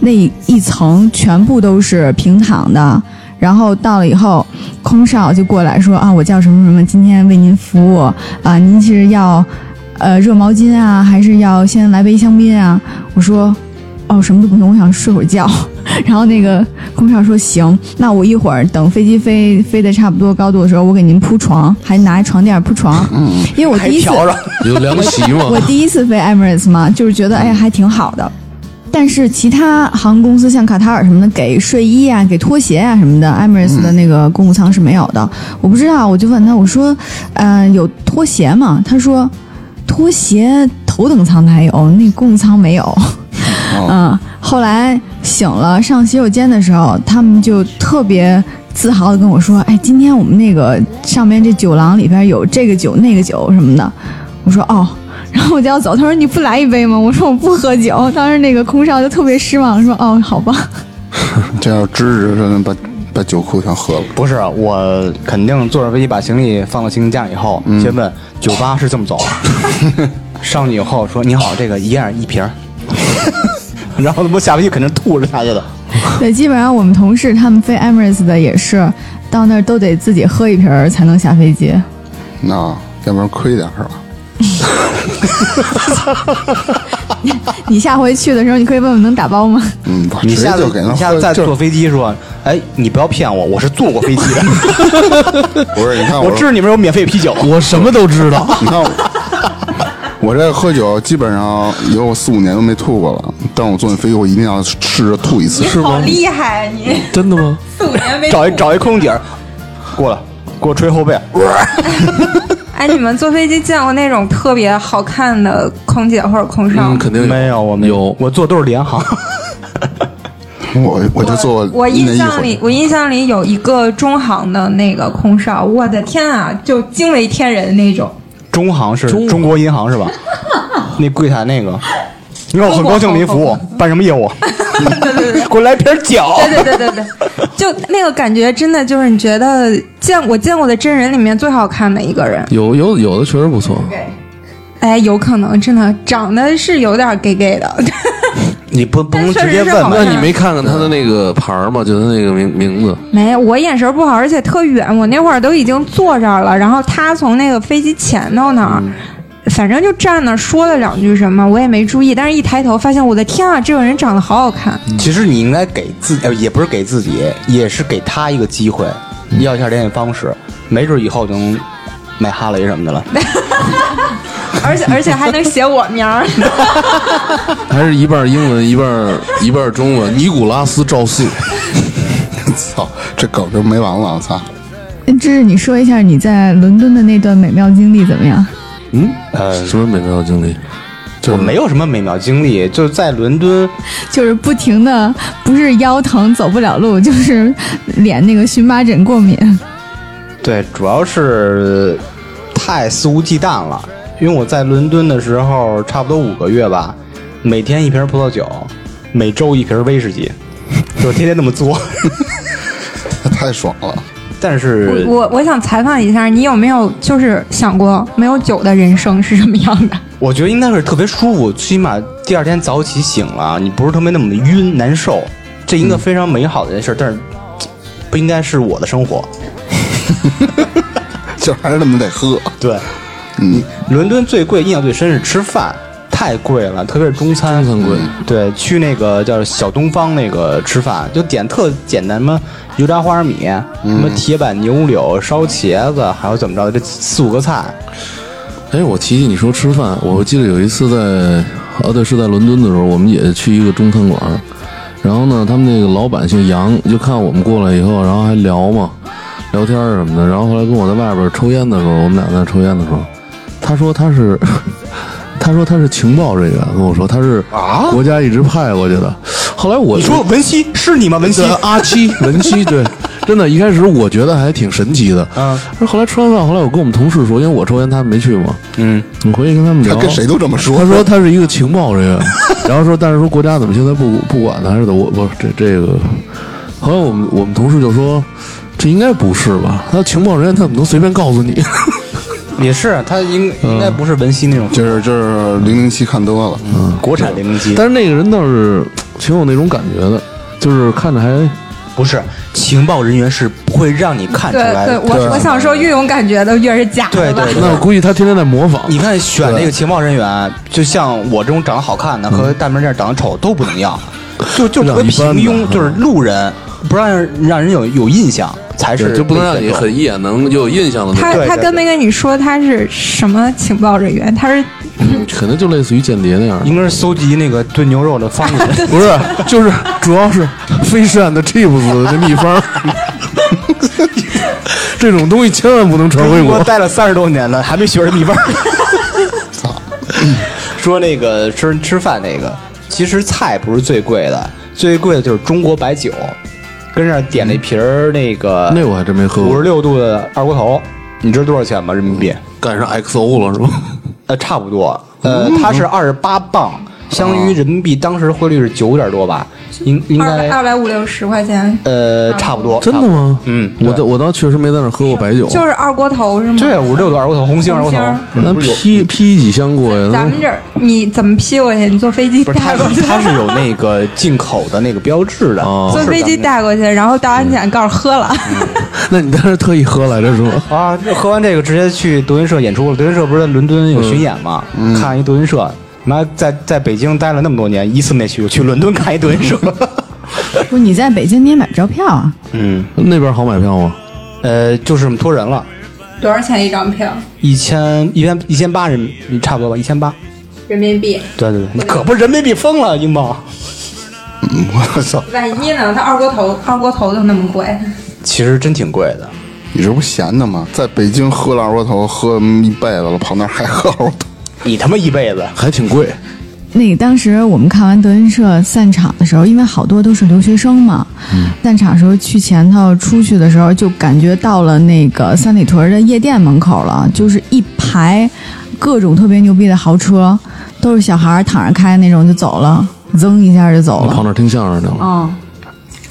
Speaker 3: 那一层全部都是平躺的。然后到了以后，空少就过来说啊，我叫什么什么，今天为您服务啊，您是要呃热毛巾啊，还是要先来杯香槟啊？ [laughs] 我说哦，什么都不用，我想睡会儿觉。然后那个空少说：“行，那我一会儿等飞机飞飞的差不多高度的时候，我给您铺床，还拿一床垫铺床。嗯，因为我
Speaker 1: 还
Speaker 3: 第一次
Speaker 1: 调着。
Speaker 2: 有凉席嘛。
Speaker 3: 我第一次飞 Emirates 嘛，就是觉得哎还挺好的。但是其他航空公司像卡塔尔什么的，给睡衣啊、给拖鞋啊什么的，Emirates 的那个公务舱是没有的。我不知道，我就问他，我说，呃，有拖鞋吗？他说，拖鞋头等舱才有，那公务舱没有。
Speaker 5: 啊
Speaker 3: 嗯，后来醒了上洗手间的时候，他们就特别自豪的跟我说：“哎，今天我们那个上面这酒廊里边有这个酒、那个酒什么的。”我说：“哦。”然后我就要走，他说：“你不来一杯吗？”我说：“我不喝酒。”当时那个空少就特别失望，说：“哦，好吧。
Speaker 5: 这要支持着把把酒库全喝了。
Speaker 1: 不是，我肯定坐上飞机把行李放到行李架以后，
Speaker 5: 嗯
Speaker 1: 先问酒吧是这么走，啊 [laughs] 上去以后说你好，这个一样一瓶儿， [laughs] 然后他妈下飞机肯定吐着下去的。”
Speaker 3: 对，基本上我们同事他们飞 Emirates 的也是，到那儿都得自己喝一瓶儿才能下飞 [laughs] 机。
Speaker 5: 那要不然亏点是吧？
Speaker 3: 你下回去的时候，你可以问问能打包吗？
Speaker 5: 嗯，我
Speaker 1: 你
Speaker 5: 直接
Speaker 1: 下次
Speaker 5: 就给他
Speaker 1: 你下次再
Speaker 5: 就
Speaker 1: 坐飞机说，哎，你不要骗我，我是坐过飞机
Speaker 5: [laughs]
Speaker 1: 的，
Speaker 5: 不是你看
Speaker 1: [laughs] 我知道你们有免费啤酒。
Speaker 4: [laughs]
Speaker 2: 我什么都知道，
Speaker 5: 你看我，我这喝酒基本上有四五年都没吐过了，但我坐那飞机我一定要试着吐一次
Speaker 4: 你。 [laughs] 好厉害，你
Speaker 2: 真的吗？
Speaker 4: 四五年没
Speaker 1: 找一
Speaker 4: 吐
Speaker 1: 找一空姐儿，过来给我捶后背，
Speaker 4: 哎，你们坐飞机见过那种特别好看的空姐或者空少
Speaker 2: 嗯，
Speaker 4: 吗？
Speaker 2: 肯定
Speaker 1: 没有，我没
Speaker 2: 有。
Speaker 1: 我坐都是联航。
Speaker 5: 我我就坐
Speaker 4: 我
Speaker 5: 一
Speaker 4: 印
Speaker 5: 年一
Speaker 4: 象里
Speaker 5: 回，，
Speaker 4: 我印象里有一个中航的那个空少，我的天啊，就惊为天人那种。
Speaker 1: 中航是
Speaker 2: 中
Speaker 1: 中国银行是
Speaker 4: [laughs]
Speaker 1: 吧？那柜台那个，你说我很高兴给您服务，办什么业务？给我来瓶酒。
Speaker 4: 对对对对对，就那个感觉真的就是你觉得见我见过的真人里面最好看的一个人。
Speaker 2: 有有有的确实不错，
Speaker 4: 哎，有可能真的长得是有点 gay gay 的， [laughs]
Speaker 1: 你不不能
Speaker 4: 但确
Speaker 1: 直
Speaker 4: 实
Speaker 1: 接
Speaker 4: 是
Speaker 1: 问
Speaker 4: 好
Speaker 1: 吧
Speaker 4: 看
Speaker 2: 那你没看看他的那个牌儿吗？就他那个名名字，
Speaker 4: 没有我眼神不好，而且特远，我那会儿都已经坐这儿了，然后他从那个飞机前头那儿。反正就站那儿说了两句什么，我也没注意，但是一抬头发现，我的天啊，这个人长得好好看。
Speaker 1: 其实你应该给自己，呃也不是给自己，也是给他一个机会，
Speaker 4: 嗯
Speaker 1: 要一下联系方式，没准以后就能买哈雷什么的
Speaker 4: [laughs]
Speaker 1: 了。
Speaker 4: 而且而且还能写我名儿，
Speaker 2: 还是一半英文，一半一半中文。尼古拉斯赵四，
Speaker 5: 操，这梗就没完了，我操！
Speaker 3: 芝嗯芝，你说一下你在伦敦的那段美妙经历怎么样？
Speaker 1: 嗯，
Speaker 5: 哎
Speaker 1: 呃，
Speaker 2: 什么美妙经历？
Speaker 1: 我没有什么美妙经历，就在伦敦，
Speaker 3: 就是不停的，不是腰疼走不了路，就是脸那个荨麻疹过敏。
Speaker 1: 对，主要是太肆无忌惮了。因为我在伦敦的时候，差不多五个月吧，每天一瓶葡萄酒，每周一瓶威士忌，就天天那么作。
Speaker 5: 太爽了，
Speaker 1: 但是
Speaker 4: 我我想采访一下，你有没有就是想过没有酒的人生是什么样的？
Speaker 1: 我觉得应该是特别舒服，起码第二天早起醒了，你不是特别那么晕难受，这应该非常美好的一件事。但是嘖不应该是我的生活。
Speaker 5: 就还是那么得喝。
Speaker 1: 对，
Speaker 5: 嗯，
Speaker 1: 伦敦最贵、印象最深是吃饭，太贵了，特别是中餐。
Speaker 2: 中餐贵
Speaker 1: 对，去那个叫小东方那个吃饭，就点特简单嘛，油炸花生米，什么铁板牛柳、烧茄子，还有怎么着的，这四五个菜。
Speaker 2: 哎，我提起你说吃饭，我记得有一次在，啊对，是在伦敦的时候，我们也去一个中餐馆儿，然后呢，他们那个老板姓杨，就看我们过来以后，然后还聊嘛，聊天儿什么的，然后后来跟我在外边儿抽烟的时候，我们俩在抽烟的时候，他说他是， [laughs] 他说他是情报人员，跟我说他是
Speaker 1: 啊
Speaker 2: 国家一直派过去的，后来我
Speaker 1: 你说文熙是你吗？文熙啊
Speaker 2: 对，阿七文七，对，真的，一开始我觉得还挺神奇的。
Speaker 1: 嗯
Speaker 2: 但是后来吃完饭，后来我跟我们同事说，因为我抽烟，他们没去嘛。
Speaker 1: 嗯，
Speaker 2: 你回去跟他们聊，
Speaker 5: 他跟谁都这么说。
Speaker 2: 他说他是一个情报
Speaker 5: [laughs]
Speaker 2: 人员，然后说但是说国家怎么现在不不管他还是怎么我不是这这个，后来我们我们同事就说这应该不是吧？他情报人员他怎么能随便告诉 [laughs] 你？
Speaker 1: 也是，他应应该不是文熙那种
Speaker 5: 就是就是零零七看多了，嗯
Speaker 1: 国产零零七。
Speaker 2: 但是那个人倒是挺有那种感觉的，就是看着还
Speaker 1: 不是，情报人员是不会让你看出
Speaker 4: [laughs] 对
Speaker 1: 来
Speaker 4: 对，
Speaker 1: 的。
Speaker 4: 我我想说，越有感觉的越是假的
Speaker 1: 对
Speaker 4: 吧
Speaker 1: 对。
Speaker 2: 那我估计他天天在模仿。
Speaker 1: 你看选那个情报人员，就像我这种长得好看的和大明这样长得丑都不能要，嗯 [laughs] 就就特别平
Speaker 2: 让一般
Speaker 1: 庸，
Speaker 2: 的
Speaker 1: 就是路人，不让人让人有有印象才是那个
Speaker 2: 一眼能有印象的
Speaker 4: 他
Speaker 1: 对对
Speaker 4: 他
Speaker 1: 对
Speaker 4: 跟没跟你说他是什么情报人员？他是
Speaker 2: 嗯可能就类似于间谍那样的。
Speaker 1: 应该是搜集那个炖牛肉的 [laughs] 方子。
Speaker 2: 不是，就是主要是飞扇的 chips 的秘方， [laughs] 这种东西千万不能传回
Speaker 1: 我
Speaker 2: 国。
Speaker 1: 待了三十多年了，还没学着秘方。 [laughs]
Speaker 5: 操！
Speaker 1: 说那个吃吃饭那个，其实菜不是最贵的，最贵的就是中国白酒，跟这儿点了一瓶儿嗯那个
Speaker 2: 那我还真没喝
Speaker 1: 五十
Speaker 2: 过，
Speaker 1: 六度的二锅头，你知道多少钱吗？人民币？
Speaker 2: 赶上 XO 了是吧？
Speaker 1: 呃，差不多。呃，它是二十八磅，相当于人民币当时汇率是九点多吧，应应
Speaker 4: 二百二
Speaker 1: 该
Speaker 4: 百五六十块钱，
Speaker 1: 呃差不多。
Speaker 2: 真的吗？
Speaker 1: 嗯对
Speaker 2: 我倒我倒确实没在那儿喝过白酒。
Speaker 4: 就是二锅头是吗？
Speaker 1: 对，五十六度二锅头，红星二锅头嗯
Speaker 4: 红星儿，
Speaker 2: 咱
Speaker 1: 不是有
Speaker 2: 批批几箱过呀？
Speaker 4: 咱
Speaker 2: 咱
Speaker 4: 们这儿你怎么批过去？你坐飞机
Speaker 1: 不是它
Speaker 4: [laughs] 带过去
Speaker 1: 是，它是有那个进口的那个标志的，
Speaker 2: 哦
Speaker 4: 坐
Speaker 1: 是
Speaker 4: 飞
Speaker 1: 咱们
Speaker 4: 机
Speaker 1: 嗯
Speaker 4: 带过去，然后到安检告诉喝了。
Speaker 2: 那你当时特意喝来着是吧？
Speaker 1: 啊，这喝完这个直接去德云社演出了。德云社不是在伦敦有巡演吗？看一德云社，妈在在北京待了那么多年，一次没去过，去伦敦看一德 [laughs] 云社。
Speaker 3: 不，你在北京你也买不着票啊？
Speaker 1: 嗯，
Speaker 2: 那边好买票吗？
Speaker 1: 呃，就是托人了。
Speaker 4: 多少钱一张票？
Speaker 1: 一千一千一千八人差不多吧，一千八。
Speaker 4: 人民币？
Speaker 1: 对对对，你可不是人民币疯了，英镑。
Speaker 5: 嗯 [laughs] 我操，
Speaker 4: 万一呢？他二锅头，二锅头都那么贵，
Speaker 1: 其实真挺贵的。
Speaker 5: 你这不闲的吗？在北京喝了二锅头，喝一辈子了，跑那儿还喝二锅头。
Speaker 1: 你他妈一辈子，
Speaker 2: 还挺贵。
Speaker 3: 那个当时我们看完德云社散场的时候，因为好多都是留学生嘛，
Speaker 1: 嗯
Speaker 3: 散场时候去前头出去的时候，就感觉到了那个三里屯的夜店门口了，就是一排各种特别牛逼的豪车，都是小孩儿躺着开那种就走了，噌一下就走
Speaker 2: 我跑
Speaker 3: 了。
Speaker 2: 那儿听相声去了。
Speaker 3: 嗯，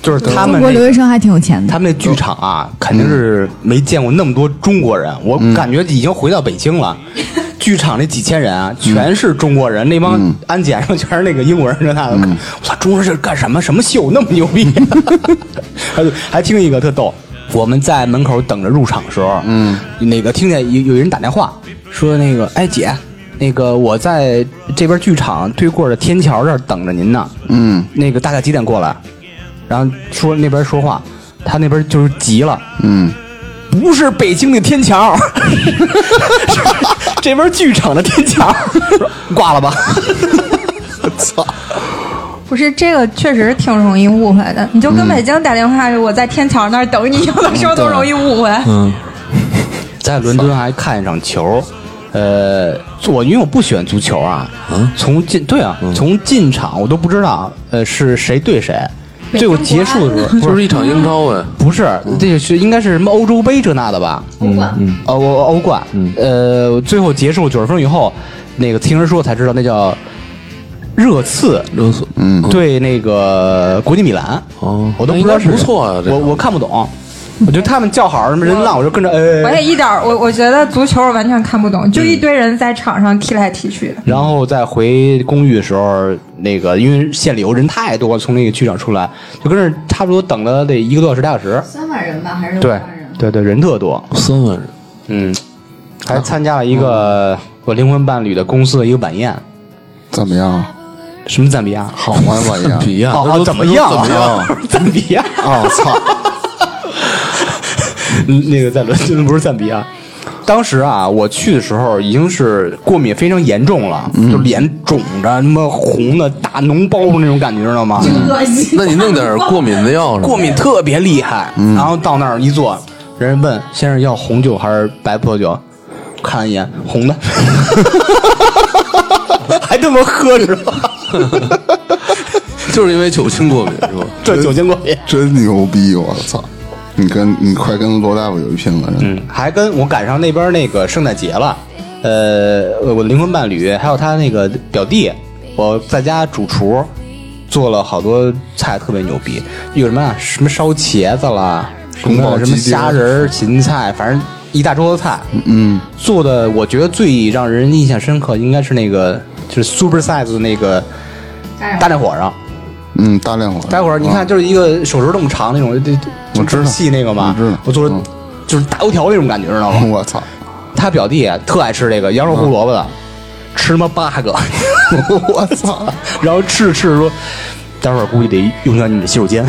Speaker 1: 就是他
Speaker 3: 中
Speaker 1: 们
Speaker 3: 国
Speaker 1: 那
Speaker 3: 留学生还挺有钱的
Speaker 1: 他。们那剧场啊，肯定是没见过那么多中国人。我感觉已经回到北京了， [laughs] 剧场那几千人啊，全是中国人，那帮安检上全是那个英国人，这那的。我操，中国人这是干什么？什么秀那么牛逼？啊还还听一个特逗。我们在门口等着入场的时候，嗯，那个听见有有人打电话说那个，哎姐，那个我在这边剧场对过的天桥这儿等着您呢，
Speaker 5: 嗯，
Speaker 1: 那个大概几点过来？然后说那边说话，他那边就是急了，
Speaker 5: 嗯，
Speaker 1: 不是北京的天 [laughs] 桥，这边剧场的天桥，挂了吧。操！
Speaker 4: 不是这个确实挺容易误会的。你就
Speaker 5: 嗯
Speaker 4: 跟北京打电话，我在天桥那儿等你，有的时候都容易误会。
Speaker 2: 嗯，
Speaker 1: 在伦敦还看一场球，呃，我因为我不喜欢足球啊，从进对啊，从进场我都不知道，呃，是谁对谁，最后结束的时候
Speaker 2: 就是一场英超呗。
Speaker 1: 不是，这是应该是什么欧洲杯这那的吧？
Speaker 4: 不管
Speaker 1: 哦，我欧冠，呃，最后结束九十分钟以后，那个听人说才知道，那叫热刺
Speaker 2: 热搜，
Speaker 5: 嗯
Speaker 1: 对那个国际米兰，
Speaker 2: 哦
Speaker 1: 我都
Speaker 2: 那
Speaker 1: 不
Speaker 2: 应
Speaker 1: 知
Speaker 2: 该
Speaker 1: 道是
Speaker 2: 不错啊这
Speaker 1: 我
Speaker 2: 个
Speaker 1: 我看不懂，我就他们叫好什么人浪，我就跟着
Speaker 4: 我也
Speaker 1: 呃，
Speaker 4: 一点儿，我我觉得足球我完全看不懂，就一堆人在场上踢来踢去的。
Speaker 1: 然后再回公寓的时候，那个因为县里头人太多，从那个剧场出来就跟那差不多等了得一个多小时俩小时，
Speaker 3: 三万人吧，还是
Speaker 1: 对对对，人特多，
Speaker 2: 三万人，
Speaker 1: 嗯，还参加了一
Speaker 2: 嗯
Speaker 1: 个我灵魂伴侣的公司的一个晚宴，
Speaker 5: 怎么样？
Speaker 1: 什么赞比亚。
Speaker 5: 好吗，晚宴？
Speaker 2: [laughs] 比亚
Speaker 1: 哦哦，怎么样？
Speaker 2: 怎么样？？啊
Speaker 1: [laughs]
Speaker 2: 哦
Speaker 1: 赞比亚，
Speaker 5: 啊！我操！
Speaker 1: 嗯那个在伦敦不是赞比亚。当时啊，我去的时候已经是过敏非常严重了，
Speaker 2: 嗯
Speaker 1: 就脸肿着，他妈红的大脓包那种感觉，知道吗？
Speaker 2: 那你弄点过敏的药什么的
Speaker 1: 过敏特别厉害。
Speaker 5: 嗯
Speaker 1: 然后到那儿一坐，人家问先生要红酒还是白葡萄酒，看一眼红
Speaker 5: [laughs]
Speaker 1: 的，还他妈喝
Speaker 5: [laughs]
Speaker 1: 着，
Speaker 2: 就是因为酒精过敏是吧？
Speaker 1: 这酒精过敏。
Speaker 5: 真牛逼！我操！你跟你快跟罗大夫有一拼了，真的。
Speaker 1: 嗯，还跟我赶上那边那个圣诞节了，呃，我的灵魂伴侣还有他那个表弟，我在家主厨，做了好多菜特别牛逼，有什么啊什么烧茄子啦，什
Speaker 5: 宫保
Speaker 1: 么什
Speaker 5: 鸡丁
Speaker 1: 么虾仁儿、芹菜，反正一大桌子菜。
Speaker 5: 嗯，
Speaker 1: 做的我觉得最让人印象深刻应该是那个就是 Super Size 的那个大战火上。
Speaker 5: 嗯，大连火，
Speaker 1: 待会儿你看，就是一个手指这么长那种，这这
Speaker 5: 我知道
Speaker 1: 细那个嘛，
Speaker 5: 我知道
Speaker 1: 我做的就是大油条那种感觉，知道吗？
Speaker 5: 嗯，我操！
Speaker 1: 他表弟啊特爱吃这个羊肉胡萝卜的，吃他妈八
Speaker 5: [laughs]
Speaker 1: 个，我操！然后吃着吃着说，待会儿估计得用上你们洗手
Speaker 5: [laughs]
Speaker 1: 间，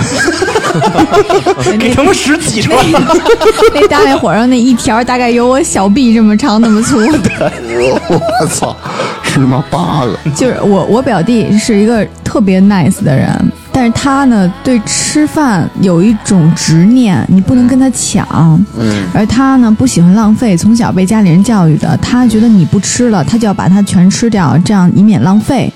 Speaker 1: 给他们屎挤出来了。
Speaker 3: [laughs] 那大概火上那一条大概有我小臂这么长那么粗。
Speaker 5: 我操！是他妈八个，
Speaker 3: 就是我，我表弟是一个特别 nice 的人，但是他呢对吃饭有一种执念，你不能跟他抢。嗯，而他呢不喜欢浪费，从小被家里人教育的，他觉得你不吃了，他就要把它全吃掉，这样以免浪费。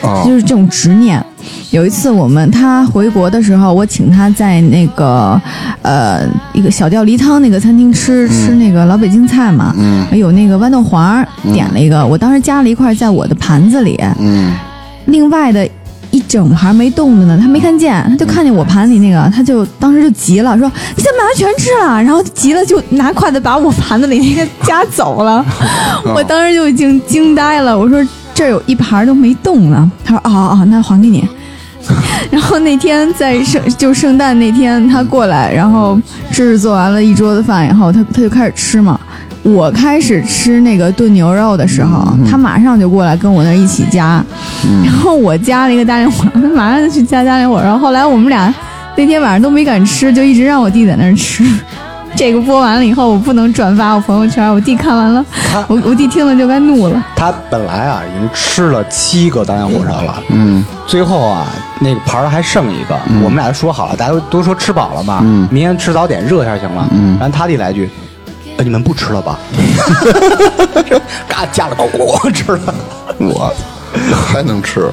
Speaker 5: 啊
Speaker 3: 就是这种执念。有一次我们他回国的时候，我请他在那个呃一个小吊梨汤那个餐厅吃、吃那个老北京菜嘛，哎有那个豌豆黄儿，点了一个，我当时夹了一块在我的盘子里，
Speaker 5: 嗯，
Speaker 3: 另外的。一整盘没动的呢，他没看见，他就看见我盘里那个，他就当时就急了，说：“你怎么把它全吃了？”然后急了就拿筷子把我盘子里那个夹走了。我当时就已经惊呆了，我说这儿有一盘都没动呢。他说哦哦，哦那还给你。 [laughs] 然后那天在圣就圣诞那天，他过来，然后这是做完了一桌子饭以后，他他就开始吃嘛。我开始吃那个炖牛肉的时候，他马上就过来跟我那儿一起夹，然后我加了一个大连火烧，他马上就去加大连火烧。后来我们俩那天晚上都没敢吃，就一直让我弟在那儿吃。这个播完了以后，我不能转发我朋友圈。我弟看完了，我我弟听了就该怒了。
Speaker 1: 他本来啊已经吃了七个当阳火烧了，嗯，最后啊那个盘儿还剩一个，我们俩说好了，大家都都说吃饱了嘛，明天吃早点热一下行吗？嗯，然后他弟来一句。呃你们不吃了吧？ [laughs] 嘎夹了咕咕咕吃了，
Speaker 5: 我太能吃了，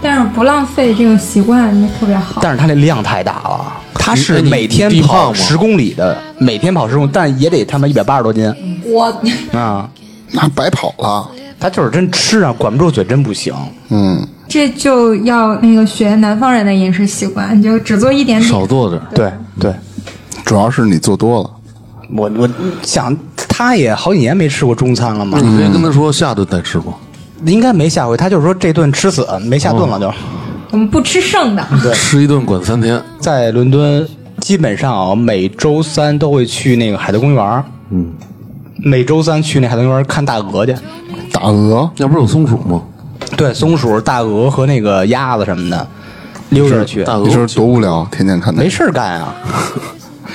Speaker 4: 但是不浪费这个习惯特别好。
Speaker 1: 但是他那量太大了，他是
Speaker 2: 哎你
Speaker 1: 每天
Speaker 2: 你胖
Speaker 1: 跑
Speaker 2: 吗
Speaker 1: 十公里的，每天跑十公里，但也得他妈一百八十多斤
Speaker 4: 我
Speaker 1: 啊！
Speaker 5: 那白跑了。
Speaker 1: 他就是真吃啊，管不住嘴真不行。
Speaker 5: 嗯，
Speaker 4: 这就要那个学南方人的饮食习惯，你就只做一点
Speaker 2: 少
Speaker 4: 点。
Speaker 2: 做点儿。
Speaker 1: 对对，
Speaker 5: 主要是你做多了。
Speaker 1: 我我想他也好几年没吃过中餐了嘛
Speaker 2: 嗯那，你可以跟他说下顿再吃吧。
Speaker 1: 应该没下回。他就是说这顿吃死，没下顿了就。
Speaker 2: 嗯
Speaker 4: 我们不吃剩的，
Speaker 2: 吃一顿管三天。
Speaker 1: 在伦敦，基本上啊，每周三都会去那个海德公园。嗯，每周三去那海德公园看大鹅去。
Speaker 5: 大鹅
Speaker 2: 要不是有松鼠吗？
Speaker 1: 对，松鼠、大鹅和那个鸭子什么的，溜着去。
Speaker 2: 大鹅
Speaker 5: 你说多无聊，天天看那
Speaker 1: 没事儿干啊。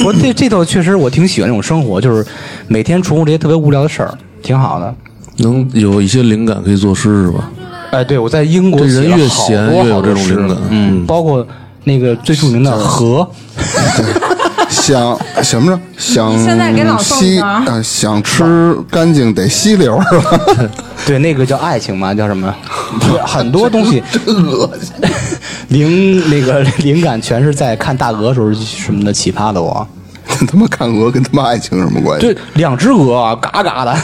Speaker 1: 我这这倒确实我挺喜欢这种生活，就是每天重复这些特别无聊的事儿，挺好的。
Speaker 2: 能有一些灵感可以作诗是吧？
Speaker 1: 哎，对，我在英国
Speaker 2: 这人
Speaker 1: 写了
Speaker 2: 越
Speaker 1: 好
Speaker 2: 闲
Speaker 1: 多
Speaker 2: 越有
Speaker 1: 好多
Speaker 2: 这种
Speaker 1: 诗
Speaker 2: 灵感
Speaker 1: 嗯，
Speaker 2: 嗯
Speaker 1: 包括那个最著名的河，
Speaker 5: 想什么着？想
Speaker 4: 你现在给老宋
Speaker 5: 吸
Speaker 4: 一个啊
Speaker 5: 呃，想吃干净得吸溜儿是吧？
Speaker 1: 对，那个叫爱情嘛，叫什么？很多东 [laughs] 西真恶心。灵那个灵感全是在看大鹅时候什么的启发的我。
Speaker 5: 他妈看鹅跟他妈爱情有什么关系？
Speaker 1: 对，两只鹅啊，嘎嘎 [laughs] 的。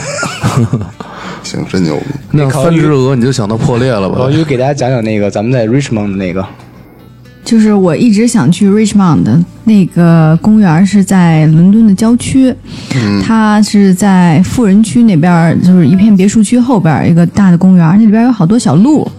Speaker 5: 行，真牛逼！
Speaker 2: 那
Speaker 1: 烤
Speaker 2: 三
Speaker 1: 鱼哦
Speaker 2: 只鹅你就想到破裂了吧
Speaker 1: 老？于给大家讲讲那个咱们在 Richmond 的那个，
Speaker 3: 就是我一直想去 Richmond 的那个公园，是在伦敦的郊区，它是在富人区那边儿，就是一片别墅区后边儿一个大的公园，那里边有好多小路。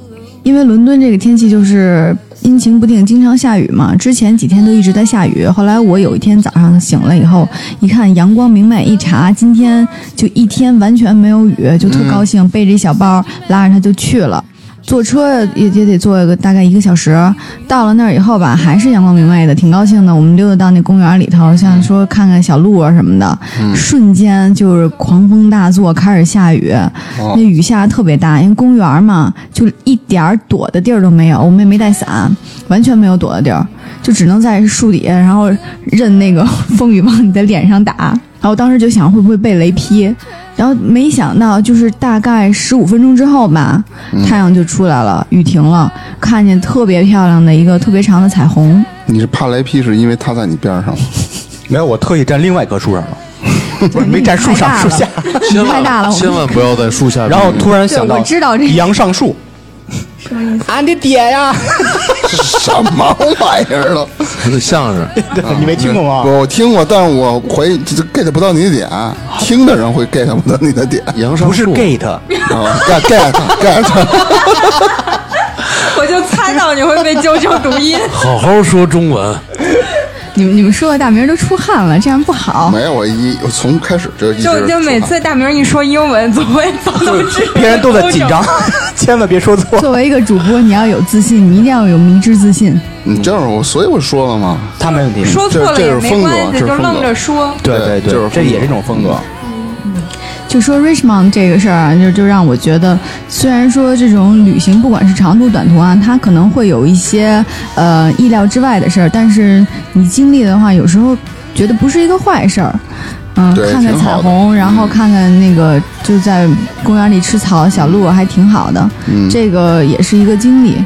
Speaker 3: 因为伦敦这个天气就是阴晴不定，经常下雨嘛。之前几天都一直在下雨，后来我有一天早上醒了以后，一看阳光明媚，一查今天就一天完全没有雨，就特高兴，背着一小包拉着他就去了。坐车也也得坐个大概一个小时，到了那儿以后吧，还是阳光明媚的，挺高兴的。我们溜达到那公园里头，像说看看小鹿啊什么的，瞬间就是狂风大作，开始下雨。那雨下得特别大，因为公园嘛，就一点儿躲的地儿都没有。我们也没带伞，完全没有躲的地儿，就只能在树底下，然后任那个 [laughs] 风雨往你的脸上打。然后我当时就想，会不会被雷劈？然后没想到，就是大概十五分钟之后吧，
Speaker 1: 嗯
Speaker 3: 太阳就出来了，雨停了，看见特别漂亮的一个特别长的彩虹。
Speaker 5: 你是怕雷劈是因为他在你边上吗？ [laughs]
Speaker 1: 没有，我特意站另外一棵树上了，
Speaker 3: 对
Speaker 1: [laughs] 没站树上
Speaker 3: 太大
Speaker 1: 树
Speaker 3: 了
Speaker 1: 下。
Speaker 2: [laughs] 千
Speaker 3: 太大
Speaker 2: 万
Speaker 3: 了我们
Speaker 2: 千万不要在树下避
Speaker 1: [laughs]
Speaker 2: 雨。
Speaker 1: 然后突然
Speaker 3: 对
Speaker 1: 想到，
Speaker 3: 我知道这个
Speaker 1: 杨上树，俺的爹 [laughs] 呀！
Speaker 5: 什么玩意儿了？
Speaker 2: 那相声，
Speaker 1: 你没听过吗？
Speaker 5: 我听过，但是我怀疑这这 get 不到你的点，听的人会 get 不到你的点
Speaker 2: 杨上
Speaker 1: 不是
Speaker 2: 树
Speaker 1: gate，
Speaker 5: 啊，get get get，
Speaker 4: [laughs] 我就猜到你会被纠正读
Speaker 5: [laughs]
Speaker 4: 音。
Speaker 2: 好好说中文。
Speaker 3: 你们你们说的大名都出汗了，这样
Speaker 1: [laughs]
Speaker 3: 不好。
Speaker 5: 没有我一我从开始就一
Speaker 4: 就
Speaker 5: 直
Speaker 4: 就每次大明一说英文，总会遭到质疑
Speaker 1: 别人都在紧 [laughs] 张，千万别说错。
Speaker 3: 作为一个主播，你要有自信，你一定要有迷之自信。
Speaker 5: 你这样我所以我说了嘛，
Speaker 1: 他没问题，
Speaker 4: 说错了也没关
Speaker 5: 这
Speaker 4: 系，
Speaker 5: 是风格这是
Speaker 4: 就
Speaker 5: 风格
Speaker 4: 愣着说。
Speaker 1: 对
Speaker 5: 对
Speaker 1: 对
Speaker 5: 就是
Speaker 1: 对，这也是一种风格。
Speaker 3: 就说 Richmond 这个事儿啊，就就让我觉得，虽然说这种旅行不管是长途短途啊，它可能会有一些呃意料之外的事儿，但是你经历的话，有时候觉得不是一个坏事儿。嗯，
Speaker 5: 对
Speaker 3: 看看
Speaker 5: 挺
Speaker 3: 彩
Speaker 5: 好的
Speaker 3: 虹，然后看看那个就在公园里吃草小鹿，还挺好的。
Speaker 5: 嗯
Speaker 3: 这个也是一个经历。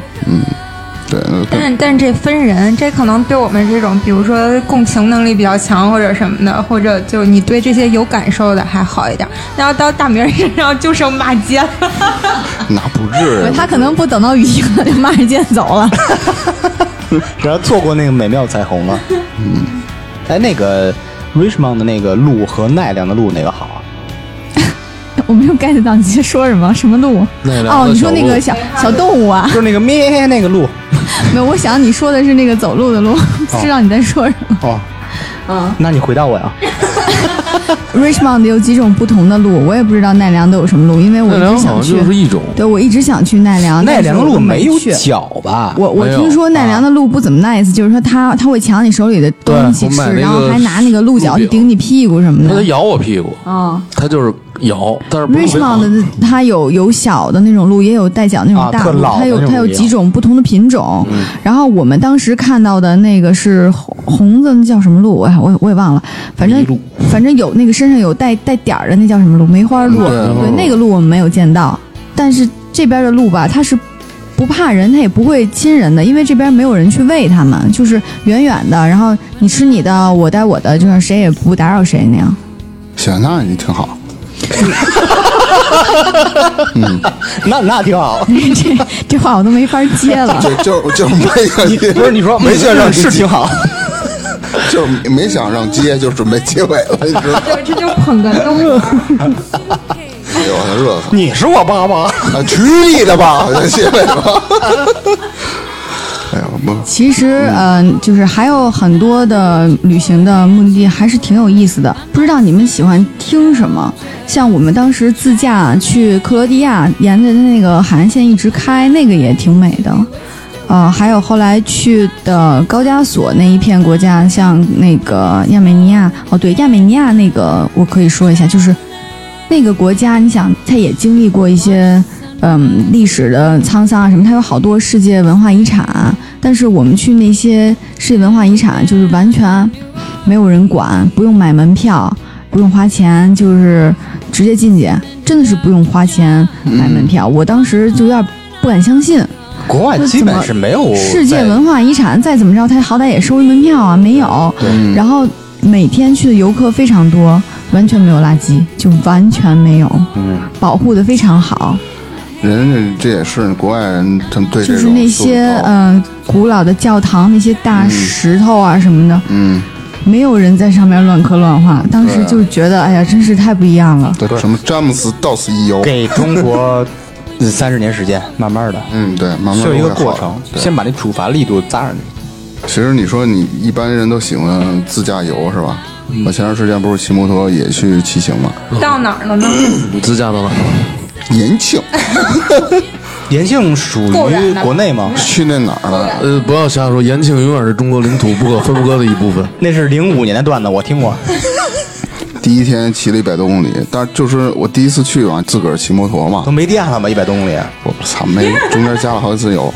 Speaker 5: 对，
Speaker 4: 但是但是这分人，这可能对我们这种，比如说共情能力比较强或者什么的，或者就你对这些有感受的还好一点。那要到大明儿身上就剩骂街了。
Speaker 5: 那不至于，
Speaker 3: 他可能不等到雨停了就骂人街走了。 [laughs]
Speaker 1: 然后错过那个美妙彩虹了。嗯，哎，那个 Richmond 的那个路和奈良的路哪个好啊？
Speaker 3: 我没有 get 到你在说什么什么路
Speaker 2: 奈良的
Speaker 3: 哦，你说那个
Speaker 2: 小
Speaker 3: 小小动物啊
Speaker 1: 就？是那个咩那个路。
Speaker 3: 没有，我想你说的是那个走路的路，不知道你在说什么。
Speaker 1: 嗯哦，那你回答我呀。
Speaker 3: Richmond 有几种不同的路，我也不知道奈良都有什么路，因为我
Speaker 2: 奈
Speaker 3: 一
Speaker 2: 良
Speaker 3: 直想
Speaker 2: 好像
Speaker 3: 去。
Speaker 2: 就是一种，
Speaker 3: 对，我一直想去奈良，
Speaker 1: 啊奈
Speaker 3: 但是
Speaker 1: 良
Speaker 3: 我
Speaker 1: 路没有
Speaker 3: 去。
Speaker 1: 脚吧？
Speaker 3: 我我
Speaker 2: 没有
Speaker 3: 听说奈良的路不怎么 nice，就是说他他会抢你手里的东西
Speaker 2: 对
Speaker 3: 吃
Speaker 2: 我买，那
Speaker 3: 然后
Speaker 2: 个
Speaker 3: 还拿那个鹿角
Speaker 2: 鹿
Speaker 3: 去
Speaker 2: 饼
Speaker 3: 顶你屁股什么
Speaker 2: 它它
Speaker 3: 的。
Speaker 2: 咬我屁股，
Speaker 3: 啊
Speaker 2: 它就是咬，但是不是特别疼
Speaker 3: Richmond 的它有有小的那种鹿，也有带脚那
Speaker 1: 啊
Speaker 3: 种大
Speaker 1: 特
Speaker 3: 鹿，
Speaker 1: 老的
Speaker 3: 它有
Speaker 1: 那种
Speaker 3: 它有
Speaker 1: 鹿也有嗯
Speaker 3: 几种不同的品种。然后我们当时看到的那个是红红的，那叫什么鹿？哎，我也我也忘了，反正反正有那个身上有带带点儿的，那叫什么鹿？梅花鹿。
Speaker 2: 对梅花
Speaker 3: 对
Speaker 1: 嗯
Speaker 2: 鹿，
Speaker 3: 那个鹿我们没有见到，但是这边的鹿吧，它是。不怕人，它也不会亲人的，因为这边没有人去喂它们，就是远远的，然后你吃你的，我带我的，就是谁也不打扰谁那样。 [laughs]
Speaker 5: 行，那你挺好。
Speaker 1: [laughs] 那那挺好。
Speaker 3: 这这话我都没法接了。
Speaker 5: [laughs] 就就就没
Speaker 1: 你
Speaker 5: 个，
Speaker 1: [laughs] 不是你说
Speaker 5: 没想让
Speaker 1: 是挺
Speaker 5: 接，
Speaker 1: 好，
Speaker 5: 就没想让接，就准备结尾了，你知道吗？
Speaker 4: 对，这就捧哏的我。
Speaker 5: 哎呦，我热死
Speaker 1: 你是我爸爸。
Speaker 5: 了！啊，去你的吧，就结尾吧。
Speaker 1: [laughs]
Speaker 5: 哎呀，不，
Speaker 3: 其实，嗯、就是还有很多的旅行的目的地还是挺有意思的。不知道你们喜欢听什么？像我们当时自驾去克罗地亚，沿着那个海岸线一直开，那个也挺美的。呃，还有后来去的高加索那一片国家，像那个亚美尼亚，哦，对，亚美尼亚那个我可以说一下，就是那个国家，你想，它也经历过一些嗯历史的沧桑啊什么，它有好多世界文化遗产，但是我们去那些世界文化遗产，就是完全没有人管，不用买门票，不用花钱，就是直接进去，真的是不用花钱买门票。我当时就有点不敢相信。
Speaker 1: 国外基本是没有
Speaker 3: 世界文化遗产再怎么着，它好歹也收一门票啊，没有。然后每天去的游客非常多，完全没有垃圾，就完全没有，保护的非常好。
Speaker 5: 人家这也是国外人，他们对这
Speaker 3: 就
Speaker 5: 种
Speaker 3: 是那
Speaker 5: 素质
Speaker 3: 些
Speaker 5: 高
Speaker 3: 嗯、呃古老的教堂，那些大石头啊什么的，
Speaker 5: 嗯，
Speaker 3: 没有人在上面乱刻乱画。当时
Speaker 5: 对
Speaker 3: 就觉得，哎呀，真是太不一样了。
Speaker 5: 对，什么詹姆斯到此一游，
Speaker 1: 给中国嗯三十年时间，慢慢的，
Speaker 5: 嗯，对，慢慢
Speaker 1: 需要一个过
Speaker 5: 都会
Speaker 1: 程
Speaker 5: 好，对
Speaker 1: 先把那处罚力度扎上去。
Speaker 5: 其实你说你一般人都喜欢自驾游是吧？
Speaker 1: 嗯
Speaker 5: 我前段时间不是骑摩托也去骑行嘛，
Speaker 4: 到哪儿了呢？
Speaker 2: 你自驾到哪儿了？
Speaker 5: 延庆
Speaker 1: 延庆属
Speaker 4: 够远
Speaker 1: 于
Speaker 4: 的
Speaker 1: 国内吗？
Speaker 5: 去那哪儿了？
Speaker 2: 呃，不要瞎说，延庆永远是中国领土不可分割的一部分。
Speaker 1: 那是零五年的段子，我听过。
Speaker 5: 第一天骑了一百多公里，但就是我第一次去嘛，自个儿骑摩托嘛
Speaker 1: 都，没电了吗？一百多公里
Speaker 5: 我操没，中间加了好几次油，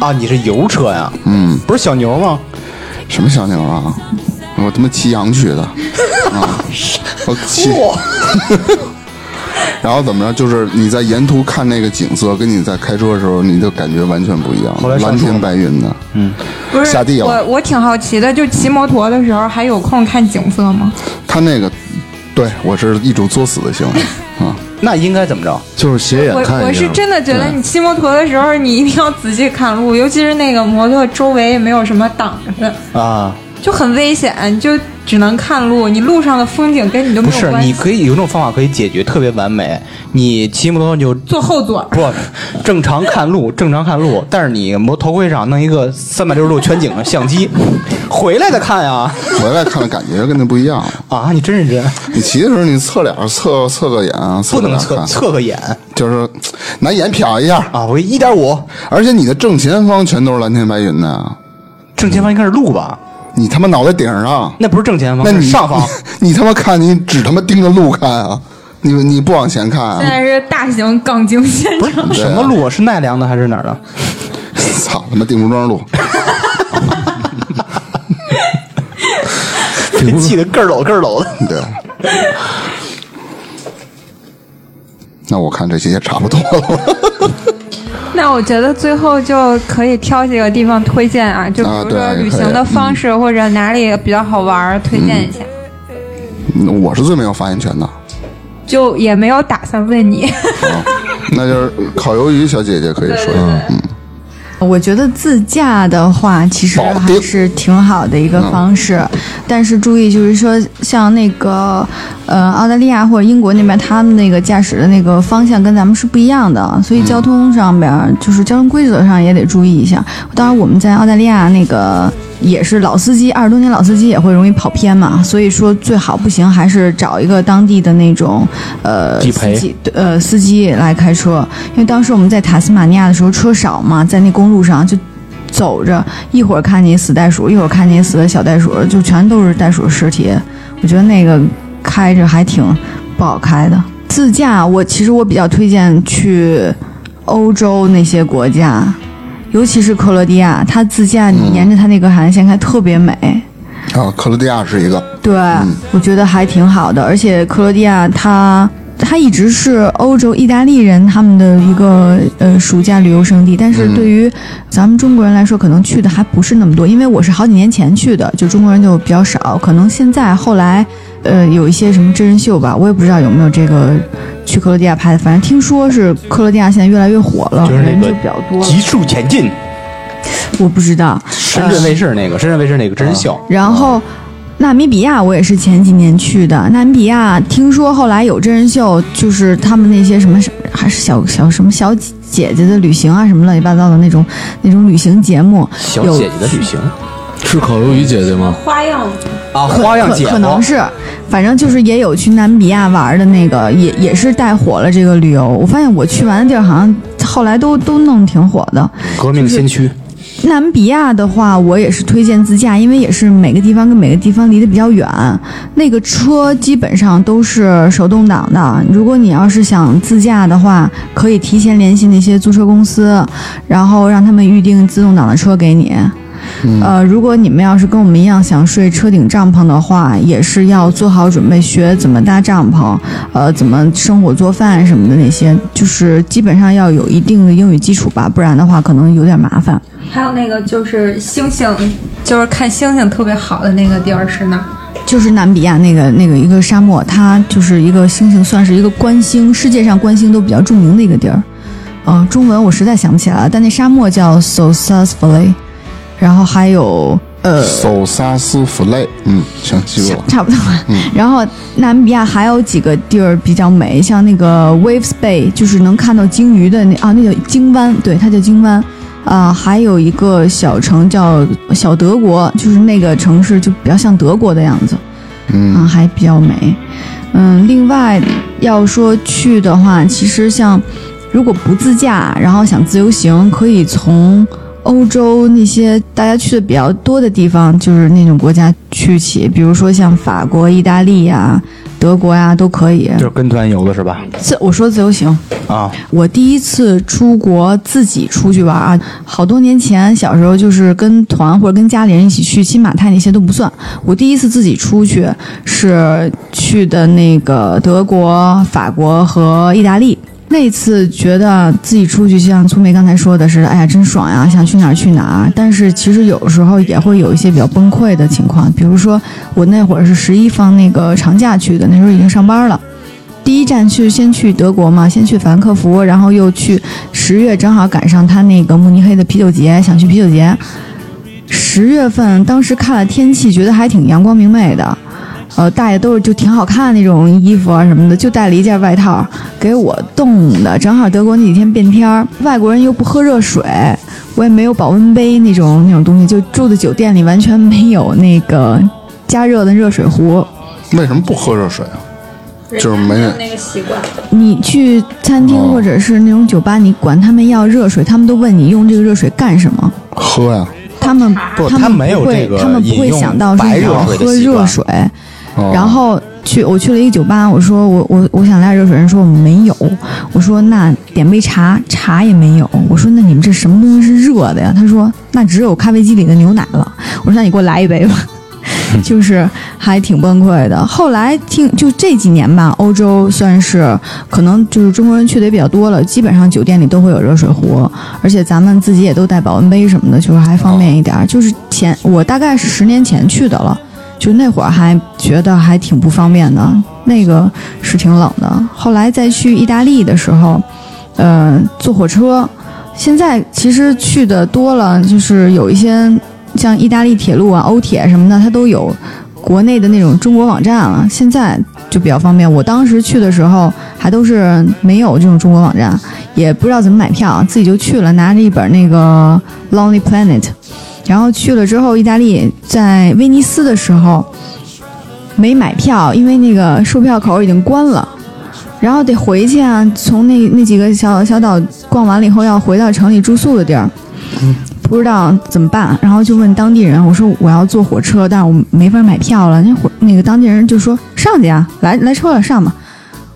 Speaker 1: 啊！你是油车呀？
Speaker 5: 嗯，
Speaker 1: 不是小牛吗？
Speaker 5: 什么小牛啊？我他妈骑羊去的，啊，我骑。 [laughs] 然后怎么着？就是你在沿途看那个景色，跟你在开车的时候，你就感觉完全不一
Speaker 1: 后
Speaker 5: 样，
Speaker 1: 来上
Speaker 5: 蓝
Speaker 1: 树
Speaker 5: 天
Speaker 1: 了
Speaker 5: 白云的。嗯，
Speaker 4: 不是
Speaker 5: 下地了
Speaker 4: 我我挺好奇的，就骑摩托的时候还有空看景色吗？
Speaker 5: 他那个，对我是一种作死的
Speaker 1: [laughs]
Speaker 5: 行为啊。
Speaker 1: 那应该怎么着？
Speaker 2: 就是斜眼
Speaker 4: 我
Speaker 2: 看一下，
Speaker 4: 我是真的觉得你骑摩托的时候，你一定要仔细看路，尤其是那个摩托周围也没有什么挡着的，
Speaker 1: 啊，
Speaker 4: 就很危险，你就只能看路。你路上的风景跟你都
Speaker 1: 不
Speaker 4: 没有
Speaker 1: 是，
Speaker 4: 关
Speaker 1: 你
Speaker 4: 系。
Speaker 1: 可以有一种方法可以解决，特别完美。你骑摩托你就
Speaker 4: 坐后座，
Speaker 1: 不正常看路，正常看路，但是你摩头盔上弄一个三百六十度全景相机，回来再看呀。
Speaker 5: 回来看了感觉跟那不一样。
Speaker 1: 啊，你真认真，
Speaker 5: 你骑的时候，你侧脸侧侧个眼，啊
Speaker 1: 不
Speaker 5: 侧个
Speaker 1: 能
Speaker 5: 脸
Speaker 1: 侧
Speaker 5: 看，
Speaker 1: 侧个眼
Speaker 5: 就是拿眼瞟一下。
Speaker 1: 啊！我一点五，
Speaker 5: 而且你的正前方全都是蓝天白云的，啊
Speaker 1: 正前方应该是路吧？
Speaker 5: 你他妈脑袋顶上，啊
Speaker 1: 那不是正前方，
Speaker 5: 那你
Speaker 1: 是上方。
Speaker 5: [laughs] 你，你他妈看你只他妈盯着路看啊，你你不往前看
Speaker 4: 现
Speaker 5: 啊， [laughs]
Speaker 4: 在是大型杠精现
Speaker 1: 不
Speaker 4: 场。
Speaker 1: 是什么路啊？是奈良的还是哪儿的？
Speaker 5: 操他妈定福庄路， [laughs]
Speaker 1: 被气得咯抖咯抖的。
Speaker 5: [laughs] 对。那我看这些也差不多了， [laughs]
Speaker 4: 那我觉得最后就可以挑几个地方推荐啊，就比
Speaker 5: 啊
Speaker 4: 如
Speaker 5: 对
Speaker 4: 说
Speaker 5: 也可以
Speaker 4: 旅行的方式或者哪里比较好玩儿，推荐一下。
Speaker 5: 嗯我是最没有发言权的。
Speaker 4: 就也没有打算问你， [laughs]
Speaker 5: 啊，那就是烤鱿鱼小姐姐可以说一下，嗯，
Speaker 3: 我觉得自驾的话，其实
Speaker 5: 保
Speaker 3: 还
Speaker 5: 定嗯
Speaker 3: 是挺好的一个方式，但是注意就是说，像那个呃澳大利亚或者英国那边，他们那个驾驶的那个方向跟咱们是不一样的，啊所以交通上边儿、就是交通规则上也得注意一下。当然我们在澳大利亚那个。也是老司机，二十多年老司机也会容易跑偏嘛，所以说最好不行还是找一个当地的那种呃
Speaker 7: 地
Speaker 3: 司
Speaker 7: 陪
Speaker 3: 机对呃司机来开车，因为当时我们在塔斯马尼亚的时候车少嘛，在那公路上就。走着，一会儿看见死袋鼠，一会儿看见死的小袋鼠，就全都是袋鼠尸体。我觉得那个开着还挺不好开的。自驾我其实我比较推荐去欧洲那些国家，尤其是克罗地亚，它自驾你沿着它那个海岸线开特别美。
Speaker 5: 啊，克罗地亚是一个，
Speaker 3: 对，
Speaker 1: 嗯
Speaker 3: 我觉得还挺好的。而且克罗地亚它它一直是欧洲意大利人他们的一个呃暑假旅游胜地，但是对
Speaker 1: 嗯
Speaker 3: 于咱们中国人来说，可能去的还不是那么多。因为我是好几年前去的，就中国人就比较少。可能现在后来呃有一些什么真人秀吧，我也不知道有没有这个去克罗地亚拍的。反正听说是克罗地亚现在越来越火了，
Speaker 1: 就是那
Speaker 3: 人
Speaker 1: 个
Speaker 3: 就比较多了。
Speaker 1: 急速前进，
Speaker 3: 我不知道，
Speaker 1: 深圳卫视那个，深圳卫视那个真人秀，
Speaker 3: 然后。纳米比亚我也是前几年去的，纳米比亚听说后来有真人秀，就是他们那些什么还是小小什么小姐姐的旅行啊，什么乱七八糟的那种那种旅行节目，
Speaker 1: 小
Speaker 3: 有
Speaker 1: 姐姐的旅行
Speaker 2: 是烤鱿鱼姐姐吗？
Speaker 4: 花样
Speaker 1: 啊，花样姐
Speaker 3: 可可
Speaker 1: 夫
Speaker 3: 能是，反正就是也有去南比亚玩的那个，也也是带火了这个旅游。我发现我去玩的地儿好像后来都都弄得挺火的，
Speaker 1: 革命先驱，
Speaker 3: 南比亚的话，我也是推荐自驾，因为也是每个地方跟每个地方离得比较远，那个车基本上都是手动挡的。如果你要是想自驾的话，可以提前联系那些租车公司，然后让他们预定自动挡的车给你。呃，如果你们要是跟我们一样想睡车顶帐篷的话，也是要做好准备，学怎么搭帐篷，呃，怎么生火做饭什么的那些，就是基本上要有一定的英语基础吧，不然的话可能有点麻烦。
Speaker 4: 还有那个就是星星，就是看星星特别好的那个地儿是哪儿？
Speaker 3: 就是南比亚那个那个一个沙漠，它就是一个星星，算是一个观星，世界上观星都比较著名的一个地儿。嗯、中文我实在想不起来了，但那沙漠叫 s o s a s v a l l e 然后还有呃，
Speaker 5: 手撒斯弗雷，嗯，行，记住了。
Speaker 3: 差不多。然后南比亚还有几个地儿比较美，像那个 Waves Bay，就是能看到鲸鱼的那啊，那叫鲸湾，对，它叫鲸湾。啊、还有一个小城叫小德国，就是那个城市就比较像德国的样子，嗯、啊，还比较美。嗯，另外要说去的话，其实像如果不自驾，然后想自由行，可以从欧洲那些大家去的比较多的地方，就是那种国家去起，比如说像法国、意大利呀、德国呀、都可以。
Speaker 1: 就是跟团游的是吧？
Speaker 3: 自我说自由行，
Speaker 1: 啊，
Speaker 3: 我第一次出国自己出去玩啊，好多年前小时候就是跟团或者跟家里人一起去，新马泰那些都不算。我第一次自己出去是去的那个德国、法国和意大利。那次觉得自己出去，就像聪梅刚才说的是，哎呀，真爽呀，想去哪儿去哪儿。但是其实有时候也会有一些比较崩溃的情况，比如说我那会儿是十一放那个长假去的，那时候已经上班了。第一站是先去德国嘛，先去法兰克福，然后又去十月，正好赶上他那个慕尼黑的啤酒节，想去啤酒节。十月份当时看了天气，觉得还挺阳光明媚的，呃，大爷都是就挺好看那种衣服啊什么的，就带了一件外套，给我冻的。正好德国那几天变天儿，外国人又不喝热水，我也没有保温杯那种那种东西，就住的酒店里完全没有那个加热的热水壶。
Speaker 5: 为什么不喝热水啊？就是没人
Speaker 4: 那个习惯。
Speaker 3: 你去餐厅
Speaker 5: 哦
Speaker 3: 或者是那种酒吧，你管他们要热水，他们都问你用这个热水干什么。
Speaker 5: 喝呀、
Speaker 3: 他们
Speaker 1: 不
Speaker 3: 他
Speaker 1: 他
Speaker 3: 们
Speaker 1: 没有
Speaker 3: 不会
Speaker 1: 这个
Speaker 3: 他们不
Speaker 1: 饮
Speaker 3: 会
Speaker 1: 用
Speaker 3: 想到
Speaker 1: 白
Speaker 3: 是
Speaker 1: 热
Speaker 3: 要
Speaker 1: 水的
Speaker 3: 喝
Speaker 1: 习惯
Speaker 3: 热水。
Speaker 5: 哦
Speaker 3: 然后去我去了一个酒吧，我说我我我想来热水，人说我们没有。我说那点杯茶，茶也没有。我说那你们这什么东西是热的呀？他说那只有咖啡机里的牛奶了。我说那你给我来一杯吧。 [laughs] 就是还挺崩溃的。后来听就这几年吧，欧洲算是可能就是中国人去的也比较多了，基本上酒店里都会有热水壶，而且咱们自己也都带保温杯什么的，就是还方便一点儿。就是前我大概是十年前去的了，就那会儿还觉得还挺不方便的，那个是挺冷的。后来再去意大利的时候，呃，坐火车。现在其实去的多了，就是有一些像意大利铁路啊、欧铁什么的，它都有国内的那种中国网站了。现在就比较方便。我当时去的时候还都是没有这种中国网站，也不知道怎么买票，自己就去了，拿着一本那个《Lonely Planet》，然后去了之后，意大利在威尼斯的时候没买票，因为那个售票口已经关了。然后得回去啊，从那那几个小小岛逛完了以后，要回到城里住宿的地儿，不知道怎么办。然后就问当地人，我说我要坐火车，但是我没法买票了。那火那个当地人就说上去啊，来来车了上吧。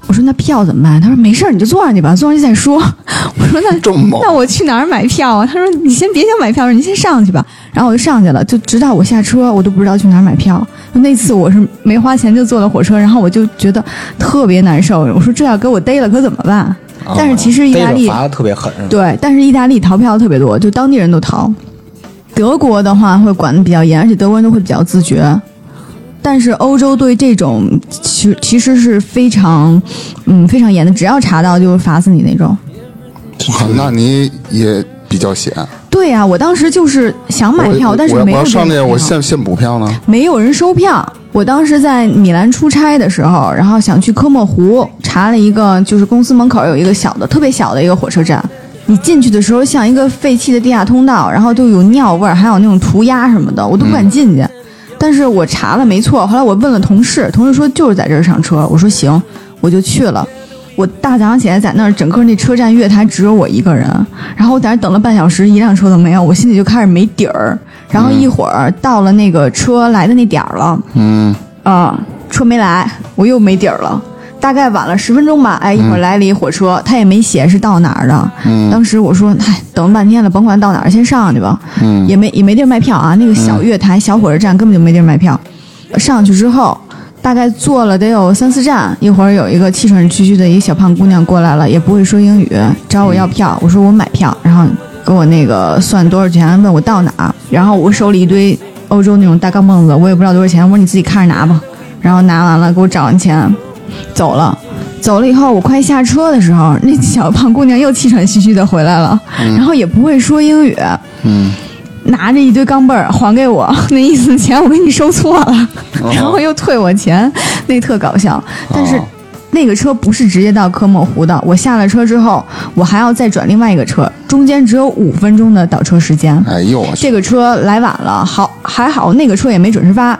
Speaker 3: 我说那票怎么办？他说没事儿，你就坐上去吧，坐上去再说。 [laughs] 我说那
Speaker 5: 这么
Speaker 1: 哦
Speaker 5: 猛
Speaker 3: 那我去哪儿买票啊？他说你先别想买票，你先上去吧。然后我就上去了，就直到我下车，我都不知道去哪儿买票。那次我是没花钱就坐了火车，然后我就觉得特别难受。我说这要给我逮了可怎么办？但是其实
Speaker 1: 哦
Speaker 3: 意
Speaker 1: 逮
Speaker 3: 大利
Speaker 1: 着罚的特别狠，是吧
Speaker 3: 对，但是意大利逃票特别多，就当地人都逃。德国的话会管的比较严，而且德国人都会比较自觉。但是欧洲对这种其其实是非常，嗯，非常严的，只要查到就罚死你那种。
Speaker 5: 我靠，那你也比较险。
Speaker 3: 对呀、我当时就是想买
Speaker 5: 我
Speaker 3: 票，但是
Speaker 5: 我
Speaker 3: 没
Speaker 5: 我
Speaker 3: 有
Speaker 5: 要
Speaker 3: 这
Speaker 5: 上
Speaker 3: 种
Speaker 5: 去，我
Speaker 3: 票
Speaker 5: 现现补票呢。
Speaker 3: 没有人收票。我当时在米兰出差的时候，然后想去科莫湖，查了一个，就是公司门口有一个小的、特别小的一个火车站。你进去的时候像一个废弃的地下通道，然后都有尿味儿，还有那种涂鸦什么的，我都不
Speaker 5: 嗯
Speaker 3: 敢进去。但是我查了没错，后来我问了同事，同事说就是在这儿上车，我说行，我就去了。我大早上起来在那儿，整个那车站月台只有我一个人，然后我在那儿等了半小时，一辆车都没有，我心里就开始没底儿。然后一会儿到了那个车来的那点儿了，嗯，啊、车没来，我又没底儿了。大概晚了十分钟吧，哎，一会儿来了一火车，他也没写是到哪儿的。当时我说，哎，等了半天了，甭管到哪儿，先上去吧。也没也没地儿卖票啊，那个小月台、小火车站根本就没地儿卖票。上去之后，大概坐了得有三四站，一会儿有一个气喘吁吁的一个小胖姑娘过来了，也不会说英语，找我要票，我说我买票，然后给我那个算多少钱，问我到哪儿，然后我手里一堆欧洲那种大钢镚子，我也不知道多少钱，我说你自己看着拿吧，然后拿完了给我找完钱，走了。走了以后，我快下车的时候，那小胖姑娘又气喘吁吁的回来了，然后也不会说英语，拿着一堆钢镚儿还给我，那意思钱我给你收错了，然后又退我钱，那特搞笑。但是那个车不是直接到科莫湖的，我下了车之后，我还要再转另外一个车，中间只有五分钟的倒车时间。
Speaker 5: 哎呦我去！
Speaker 3: 这个车来晚了，好还好那个车也没准时发，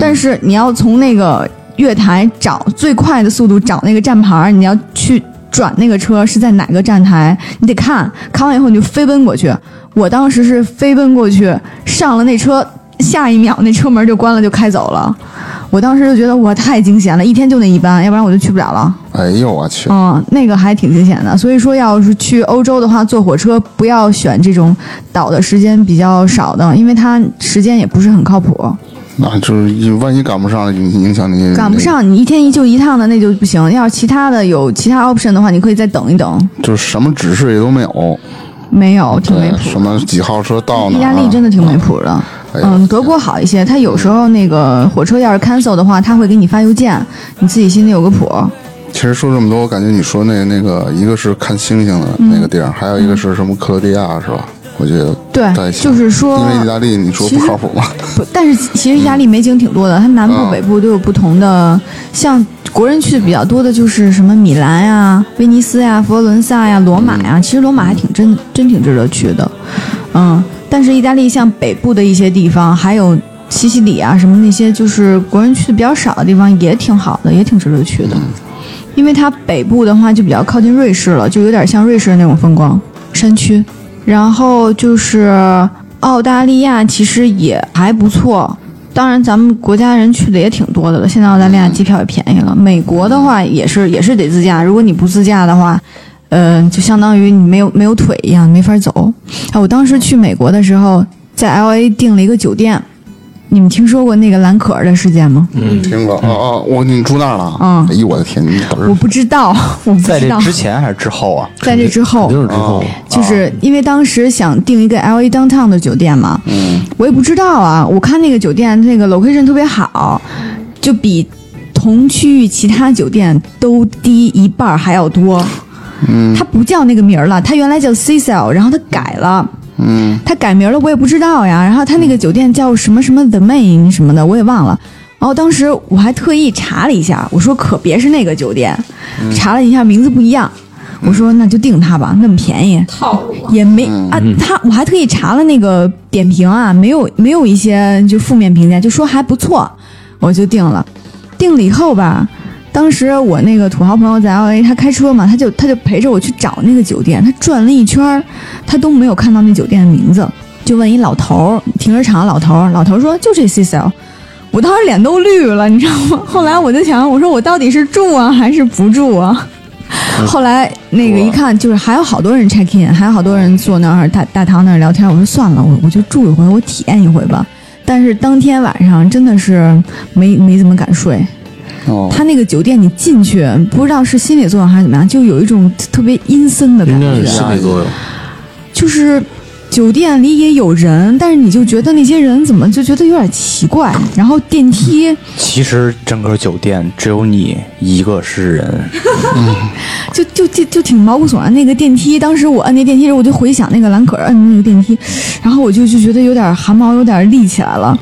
Speaker 3: 但是你要从那个月台找最快的速度找那个站牌儿，你要去转那个车是在哪个站台，你得看看完以后你就飞奔过去。我当时是飞奔过去，上了那车，下一秒那车门就关了，就开走了。我当时就觉得我太惊险了，一天就那一班，要不然我就去不了了。
Speaker 5: 哎呦我去！
Speaker 3: 嗯，那个还挺惊险的。所以说，要是去欧洲的话，坐火车不要选这种倒的时间比较少的，因为它时间也不是很靠谱，
Speaker 5: 那就是万一赶不上，影响你
Speaker 3: 赶不，上。你一天一就一趟的那就不行。要是其他的有其他 option 的话，你可以再等一等。
Speaker 5: 就是什么指示也都没有。
Speaker 3: 没有，哦挺没
Speaker 5: 对，
Speaker 3: 谱
Speaker 5: 什。么几号车到哪儿？啊
Speaker 3: 意大利真的挺没谱的。
Speaker 5: 哎呦
Speaker 3: 嗯，德国好一些，它有时候那个火车要是 cancel 的话，它会给你发邮件，你自己心里有个谱。
Speaker 5: 其实说这么多，我感觉你说那那个，一个是看星星的
Speaker 3: 嗯
Speaker 5: 那个地儿，还有一个是什么克罗地亚是吧？我觉得
Speaker 3: 对
Speaker 5: 不太，行
Speaker 3: 就是说，
Speaker 5: 因为意大利你说不靠谱嘛，
Speaker 3: 不，但是其其实意大利美景挺多的，它南部、
Speaker 5: 嗯
Speaker 3: 北部都有不同的。像国人去的比较多的就是什么米兰呀、威尼斯呀、佛罗伦萨呀、罗马呀。其实罗马还挺真真挺值得去的，嗯。但是意大利像北部的一些地方，还有西西里啊什么那些，就是国人去的比较少的地方，也挺好的，也挺值得去的。因为它北部的话就比较靠近瑞士了，就有点像瑞士的那种风光山区。然后就是澳大利亚，其实也还不错。当然，咱们国家人去的也挺多的了。现在澳大利亚机票也便宜了。美国的话也是也是得自驾，如果你不自驾的话，呃，就相当于你没有没有腿一样，没法走。啊，我当时去美国的时候，在 L A 订了一个酒店。你们听说过那个蓝可儿的事件吗？
Speaker 5: [laughs] 听过哦哦，我你住那儿了？
Speaker 3: 嗯
Speaker 5: 哎呦我的天，你导
Speaker 3: 我
Speaker 5: 致
Speaker 3: 不知道，我不
Speaker 1: 在
Speaker 3: 知
Speaker 1: 这
Speaker 3: 道。
Speaker 1: 之前还是之后啊？
Speaker 3: 在这之后
Speaker 2: 肯，定是之后。
Speaker 3: 就是因为当时想订一个 L A downtown 的酒店嘛，嗯，我也不知道啊，我看那个酒店那个 location 特别好，就比同区域其他酒店都低一半儿还要多。嗯，它不叫那个名儿了，它原来叫 Cecil，然后它改了。嗯，它改名了，我也不知道呀。然后它那个酒店叫什么什么 The Main 什么的，我也忘了。然后当时嗯我还特意查了一下，我说可别是那个酒店，查了一下名字不一样。我说那就定它吧，那么便宜，
Speaker 4: 套路。
Speaker 3: 也没啊，他我还特意查了那个点评啊，没有没有一些就负面评价，就说还不错，我就定了。定了以后吧，当时我那个土豪朋友在 LA，他开车嘛，他就他就陪着我去找那个酒店，他转了一圈儿，他都没有看到那酒店的名字，就问一老头儿，停车场老头儿，老头儿说就这 Cecil。我当时脸都绿了，你知道吗？后来我就想，我说我到底是住啊还是不住啊？后来那个一看，就是还有好多人 check in，还有好多人坐那儿大大堂那儿聊天。我说算了，我我就住一回，我体验一回吧。但是当天晚上真的是没没怎么敢睡。
Speaker 5: 哦，
Speaker 3: 他那个酒店你进去，不知道是心理作用还是怎么样，就有一种特别阴森的
Speaker 2: 应
Speaker 3: 感
Speaker 2: 该是
Speaker 3: 觉，
Speaker 2: 心理作用。
Speaker 3: 就是。酒店里也有人，但是你就觉得那些人怎么就觉得有点奇怪，然后电梯
Speaker 7: 其实整个酒店只有你一个是
Speaker 3: [laughs]
Speaker 7: 人，
Speaker 3: 就就就就挺毛骨悚然。那个电梯，当时我摁那电梯时，我就回想那个蓝可儿摁那个电梯，然后我就就觉得有点汗毛有点立起来了。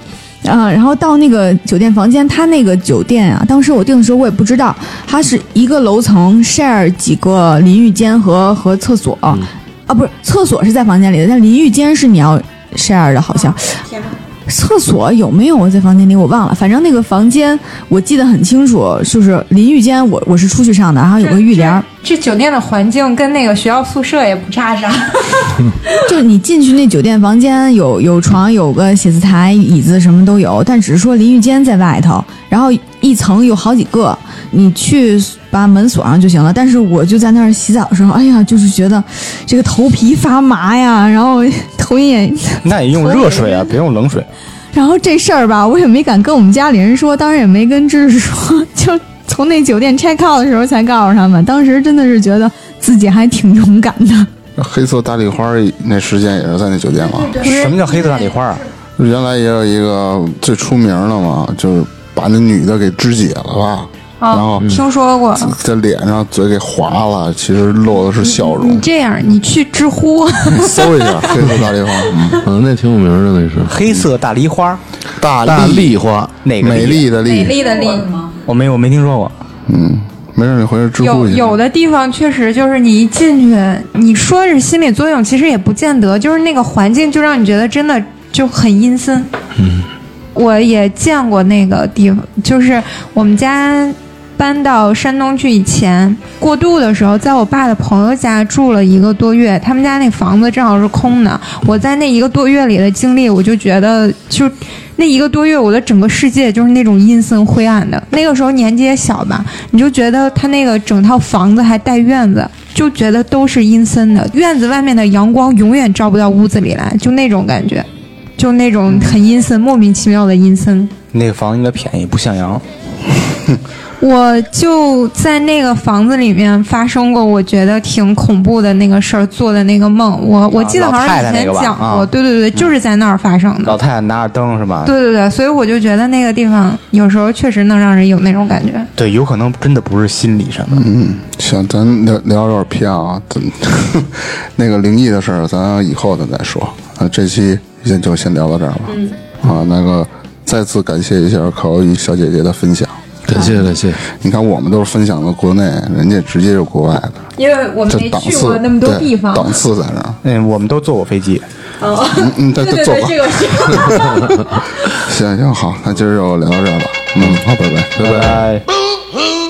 Speaker 3: 啊，然后到那个酒店房间，他那个酒店啊，当时我订的时候我也不知道，它是一个楼层 share 几个淋浴间和和厕所，啊，不是厕所是在房间里的，但淋浴间是你要 share 的，好像。厕所有没有在房间里？我忘了，反正那个房间我记得很清楚，就是淋浴间我我是出去上的，然后有个浴帘儿。
Speaker 4: 这酒店的环境跟那个学校宿舍也不差啥，
Speaker 3: [laughs] 就是你进去那酒店房间有有床，有个写字台、椅子什么都有，但只是说淋浴间在外头，然后一层有好几个，你去把门锁上就行了。但是我就在那儿洗澡的时候，哎呀，就是觉得这个头皮发麻呀，然后头晕眼，
Speaker 7: 那也用热水啊，别用冷水。
Speaker 3: 然后这事儿吧，我也没敢跟我们家里人说，当然也没跟知识说，就从那酒店 check out 的时候才告诉他们。当时真的是觉得自己还挺勇敢的。
Speaker 5: 黑色大丽花那时间也是在那酒店吗？
Speaker 7: 什么叫黑色大礼花
Speaker 3: 嗯
Speaker 7: 啊？
Speaker 5: 原来也有一个最出名的嘛，就是把那女的给肢解了吧，然后
Speaker 4: 哦
Speaker 5: 嗯
Speaker 4: 听说过。
Speaker 5: 在脸上嘴给划了，其实露的是笑
Speaker 4: 你
Speaker 5: 容。
Speaker 4: 这样，你去知乎，
Speaker 5: 嗯
Speaker 4: [laughs]
Speaker 5: 搜一下黑色大丽花，嗯，
Speaker 2: 嗯，那挺有名的，那是
Speaker 7: 黑色大梨花，
Speaker 5: 大
Speaker 2: 大
Speaker 5: 丽
Speaker 2: 丽花。
Speaker 7: 哪个
Speaker 5: 美丽的
Speaker 4: 美
Speaker 5: 丽，
Speaker 4: 丽的丽。
Speaker 7: 我没有，我没听说过。
Speaker 5: 没事，你回去知乎
Speaker 4: 有
Speaker 5: 一下。
Speaker 4: 有的地方确实就是你一进去，你说是心理作用，其实也不见得，就是那个环境就让你觉得真的就很阴森。嗯，我也见过那个地方，就是我们家搬到山东去以前，过渡的时候，在我爸的朋友家住了一个多月，他们家那房子正好是空的。我在那一个多月里的经历，我就觉得就。那一个多月，我的整个世界就是那种阴森灰暗的。那个时候年纪也小吧，你就觉得他那个整套房子还带院子，就觉得都是阴森的。院子外面的阳光永远照不到屋子里来，就那种感觉，就那种很阴森、莫名其妙的阴森。
Speaker 7: 那个房应该便宜，不向阳。
Speaker 4: 我就在那个房子里面发生过我觉得挺恐怖的那个事儿，做的那个梦。我我记得
Speaker 7: 啊
Speaker 4: 好
Speaker 7: 老
Speaker 4: 像
Speaker 7: 太
Speaker 4: 以
Speaker 7: 太
Speaker 4: 前
Speaker 7: 那个吧
Speaker 4: 讲过，
Speaker 7: 啊
Speaker 4: 对对对，就是在那儿发
Speaker 3: 嗯
Speaker 4: 生的
Speaker 7: 老。太太拿着灯是吧？
Speaker 4: 对对对，所以我就觉得那个地方有时候确实能让人有那种感觉。
Speaker 7: 对，有可能真的不是心理上的。
Speaker 5: 嗯，行，咱聊聊有点偏啊，咱 [laughs] 那个灵异的事儿，咱以后咱再说。啊，这期先就先聊到这儿吧。嗯，啊，那个再次感谢一下烤鱼小姐姐的分享。
Speaker 2: 感
Speaker 4: 嗯
Speaker 2: 谢感谢，
Speaker 5: 你看，我们都是分享的国内，人家直接就国外的，
Speaker 4: 因为我
Speaker 5: 这档次对档次在这儿。
Speaker 7: 嗯，我们都坐过飞机。
Speaker 5: 嗯嗯，对对，走吧。
Speaker 4: 个是。
Speaker 5: 行行好，那今儿就聊到这儿吧。嗯，好，拜拜，拜拜。
Speaker 7: 拜拜。
Speaker 6: Boo hoo.